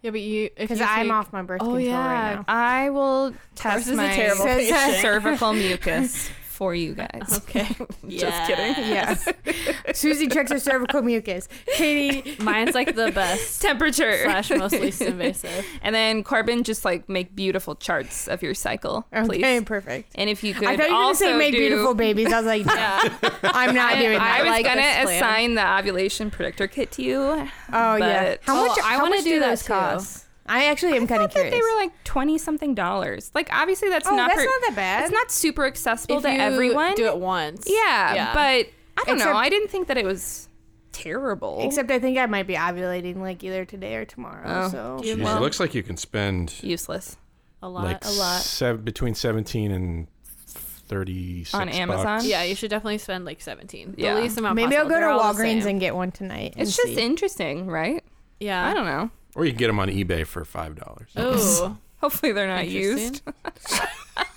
[SPEAKER 2] Yeah, but you
[SPEAKER 1] because I'm off my birth
[SPEAKER 2] Oh,
[SPEAKER 1] control
[SPEAKER 2] yeah.
[SPEAKER 1] right now.
[SPEAKER 4] I, will
[SPEAKER 2] This
[SPEAKER 4] test
[SPEAKER 2] is a
[SPEAKER 4] my
[SPEAKER 2] terrible
[SPEAKER 1] Says- patient.
[SPEAKER 4] cervical mucus for you guys.
[SPEAKER 2] Okay.
[SPEAKER 4] Just kidding.
[SPEAKER 1] Yes. Susie checks her cervical mucus. Katie,
[SPEAKER 2] Mine's like the best
[SPEAKER 4] Temperature.
[SPEAKER 2] slash most least invasive.
[SPEAKER 4] And then Corbin, just like make beautiful charts of your cycle, please.
[SPEAKER 1] okay, perfect.
[SPEAKER 4] And if you could
[SPEAKER 1] I thought you were gonna
[SPEAKER 4] also
[SPEAKER 1] say make
[SPEAKER 4] do,
[SPEAKER 1] beautiful babies. I was like, no, I'm not
[SPEAKER 4] I,
[SPEAKER 1] doing
[SPEAKER 4] I
[SPEAKER 1] that.
[SPEAKER 4] was
[SPEAKER 2] like
[SPEAKER 4] gonna
[SPEAKER 2] this plan.
[SPEAKER 4] assign the ovulation predictor kit to you. I
[SPEAKER 1] oh yeah.
[SPEAKER 4] but-
[SPEAKER 1] How
[SPEAKER 2] Oh,
[SPEAKER 1] much?
[SPEAKER 2] I
[SPEAKER 1] how
[SPEAKER 2] wanna
[SPEAKER 1] much
[SPEAKER 2] do that
[SPEAKER 1] those
[SPEAKER 2] too.
[SPEAKER 1] cost? I actually am kind of
[SPEAKER 4] thought that
[SPEAKER 1] curious.
[SPEAKER 4] they were like twenty something dollars. Like obviously that's
[SPEAKER 1] Oh,
[SPEAKER 4] not
[SPEAKER 1] that's
[SPEAKER 4] per-
[SPEAKER 1] not that bad.
[SPEAKER 4] It's not super accessible
[SPEAKER 2] If
[SPEAKER 4] to
[SPEAKER 2] you
[SPEAKER 4] everyone.
[SPEAKER 2] do it once.
[SPEAKER 4] Yeah, but I don't
[SPEAKER 1] Except-
[SPEAKER 4] know. I didn't think that it was terrible.
[SPEAKER 1] Except I think I might be ovulating like either today or tomorrow.
[SPEAKER 4] Oh.
[SPEAKER 1] So
[SPEAKER 2] Do you
[SPEAKER 3] Jeez,
[SPEAKER 2] want
[SPEAKER 3] it looks like you can spend
[SPEAKER 4] useless
[SPEAKER 2] a lot,
[SPEAKER 3] like
[SPEAKER 2] a lot.
[SPEAKER 3] sev- between 17 and 36
[SPEAKER 4] On Amazon?
[SPEAKER 3] bucks.
[SPEAKER 2] Yeah, you should definitely spend like 17.
[SPEAKER 4] Yeah.
[SPEAKER 2] The least amount
[SPEAKER 1] maybe I'll
[SPEAKER 2] possible.
[SPEAKER 1] go to
[SPEAKER 2] They're all the
[SPEAKER 1] Walgreens
[SPEAKER 2] same.
[SPEAKER 1] and get one tonight. and
[SPEAKER 4] It's just
[SPEAKER 1] see.
[SPEAKER 4] interesting, right?
[SPEAKER 2] Yeah.
[SPEAKER 4] I don't know.
[SPEAKER 3] Or you can get them on eBay for $5.
[SPEAKER 2] Oh.
[SPEAKER 4] Hopefully they're not used.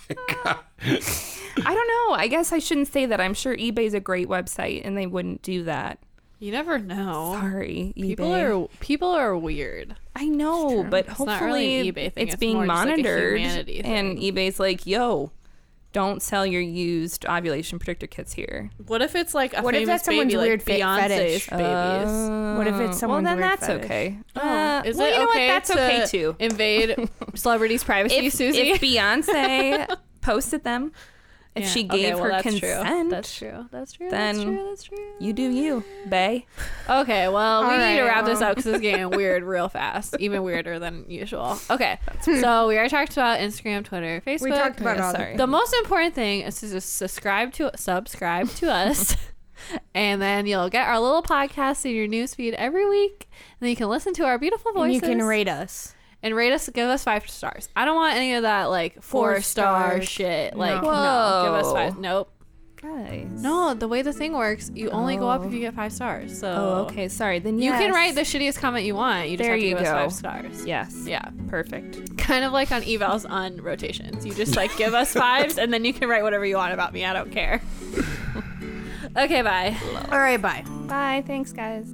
[SPEAKER 4] I don't know. I guess I shouldn't say that. I'm sure eBay's a great website and they wouldn't do that.
[SPEAKER 2] You never know.
[SPEAKER 4] Sorry, eBay.
[SPEAKER 2] People are people are weird.
[SPEAKER 4] I know, but
[SPEAKER 2] It's not really
[SPEAKER 4] hopefully
[SPEAKER 2] an eBay thing.
[SPEAKER 4] it's
[SPEAKER 2] It's
[SPEAKER 4] being
[SPEAKER 2] more just like a
[SPEAKER 4] monitored
[SPEAKER 2] humanity
[SPEAKER 4] and eBay's like, "Yo, don't sell your used ovulation predictor kits here."
[SPEAKER 2] What if it's like a
[SPEAKER 1] What if
[SPEAKER 2] famous
[SPEAKER 1] that's someone's
[SPEAKER 2] baby, like
[SPEAKER 1] weird fe-
[SPEAKER 2] Beyonce's
[SPEAKER 1] fetish?
[SPEAKER 2] babies?
[SPEAKER 1] What if it's
[SPEAKER 4] Uh, Well,
[SPEAKER 1] someone's
[SPEAKER 4] then
[SPEAKER 1] weird
[SPEAKER 4] that's
[SPEAKER 1] fetish?
[SPEAKER 4] okay. Uh,
[SPEAKER 2] Oh, Is
[SPEAKER 4] well,
[SPEAKER 2] it
[SPEAKER 4] you know
[SPEAKER 2] okay
[SPEAKER 4] what? That's
[SPEAKER 2] to
[SPEAKER 4] okay too.
[SPEAKER 2] Invade celebrities' privacy,
[SPEAKER 4] if,
[SPEAKER 2] Susie.
[SPEAKER 4] if Beyonce posted them, if
[SPEAKER 2] Yeah.
[SPEAKER 4] she
[SPEAKER 2] Okay,
[SPEAKER 4] gave
[SPEAKER 2] well,
[SPEAKER 4] her
[SPEAKER 2] that's true.
[SPEAKER 4] consent,
[SPEAKER 2] That's true. That's true. that's
[SPEAKER 4] then
[SPEAKER 2] true. That's true.
[SPEAKER 4] you do you, bae.
[SPEAKER 2] Okay, well, we
[SPEAKER 1] All
[SPEAKER 2] need to
[SPEAKER 1] right,
[SPEAKER 2] wrap this
[SPEAKER 1] well.
[SPEAKER 2] up because it's getting weird real fast, even weirder than usual. Okay, so we already talked about Instagram, Twitter, Facebook.
[SPEAKER 1] We talked about
[SPEAKER 4] Yeah,
[SPEAKER 1] all
[SPEAKER 4] sorry.
[SPEAKER 1] sorry.
[SPEAKER 2] the most important thing is to just subscribe to subscribe to us, and then you'll get our little podcast in your newsfeed every week. And then you can listen to our beautiful voices.
[SPEAKER 1] You can rate us.
[SPEAKER 2] and rate us. Give us five stars. I don't want any of that like four,
[SPEAKER 1] Four
[SPEAKER 2] star
[SPEAKER 1] stars.
[SPEAKER 2] shit. Like
[SPEAKER 4] No.
[SPEAKER 2] no, give us
[SPEAKER 4] Whoa.
[SPEAKER 2] five. Nope.
[SPEAKER 4] Guys.
[SPEAKER 2] No, the way the thing works, you only go up if you get five stars. So
[SPEAKER 4] Oh, okay. Sorry. Then
[SPEAKER 2] you can
[SPEAKER 4] yes.
[SPEAKER 2] write the shittiest comment you want. You just
[SPEAKER 4] There
[SPEAKER 2] have to
[SPEAKER 4] you
[SPEAKER 2] give us
[SPEAKER 4] go.
[SPEAKER 2] five stars.
[SPEAKER 4] Yes.
[SPEAKER 2] Yeah.
[SPEAKER 4] Perfect.
[SPEAKER 2] Kind of like on evals on rotations. You just like give us fives and then you can write whatever you want about me. I don't care. okay, bye.
[SPEAKER 1] All right, bye.
[SPEAKER 4] Bye. Thanks, guys.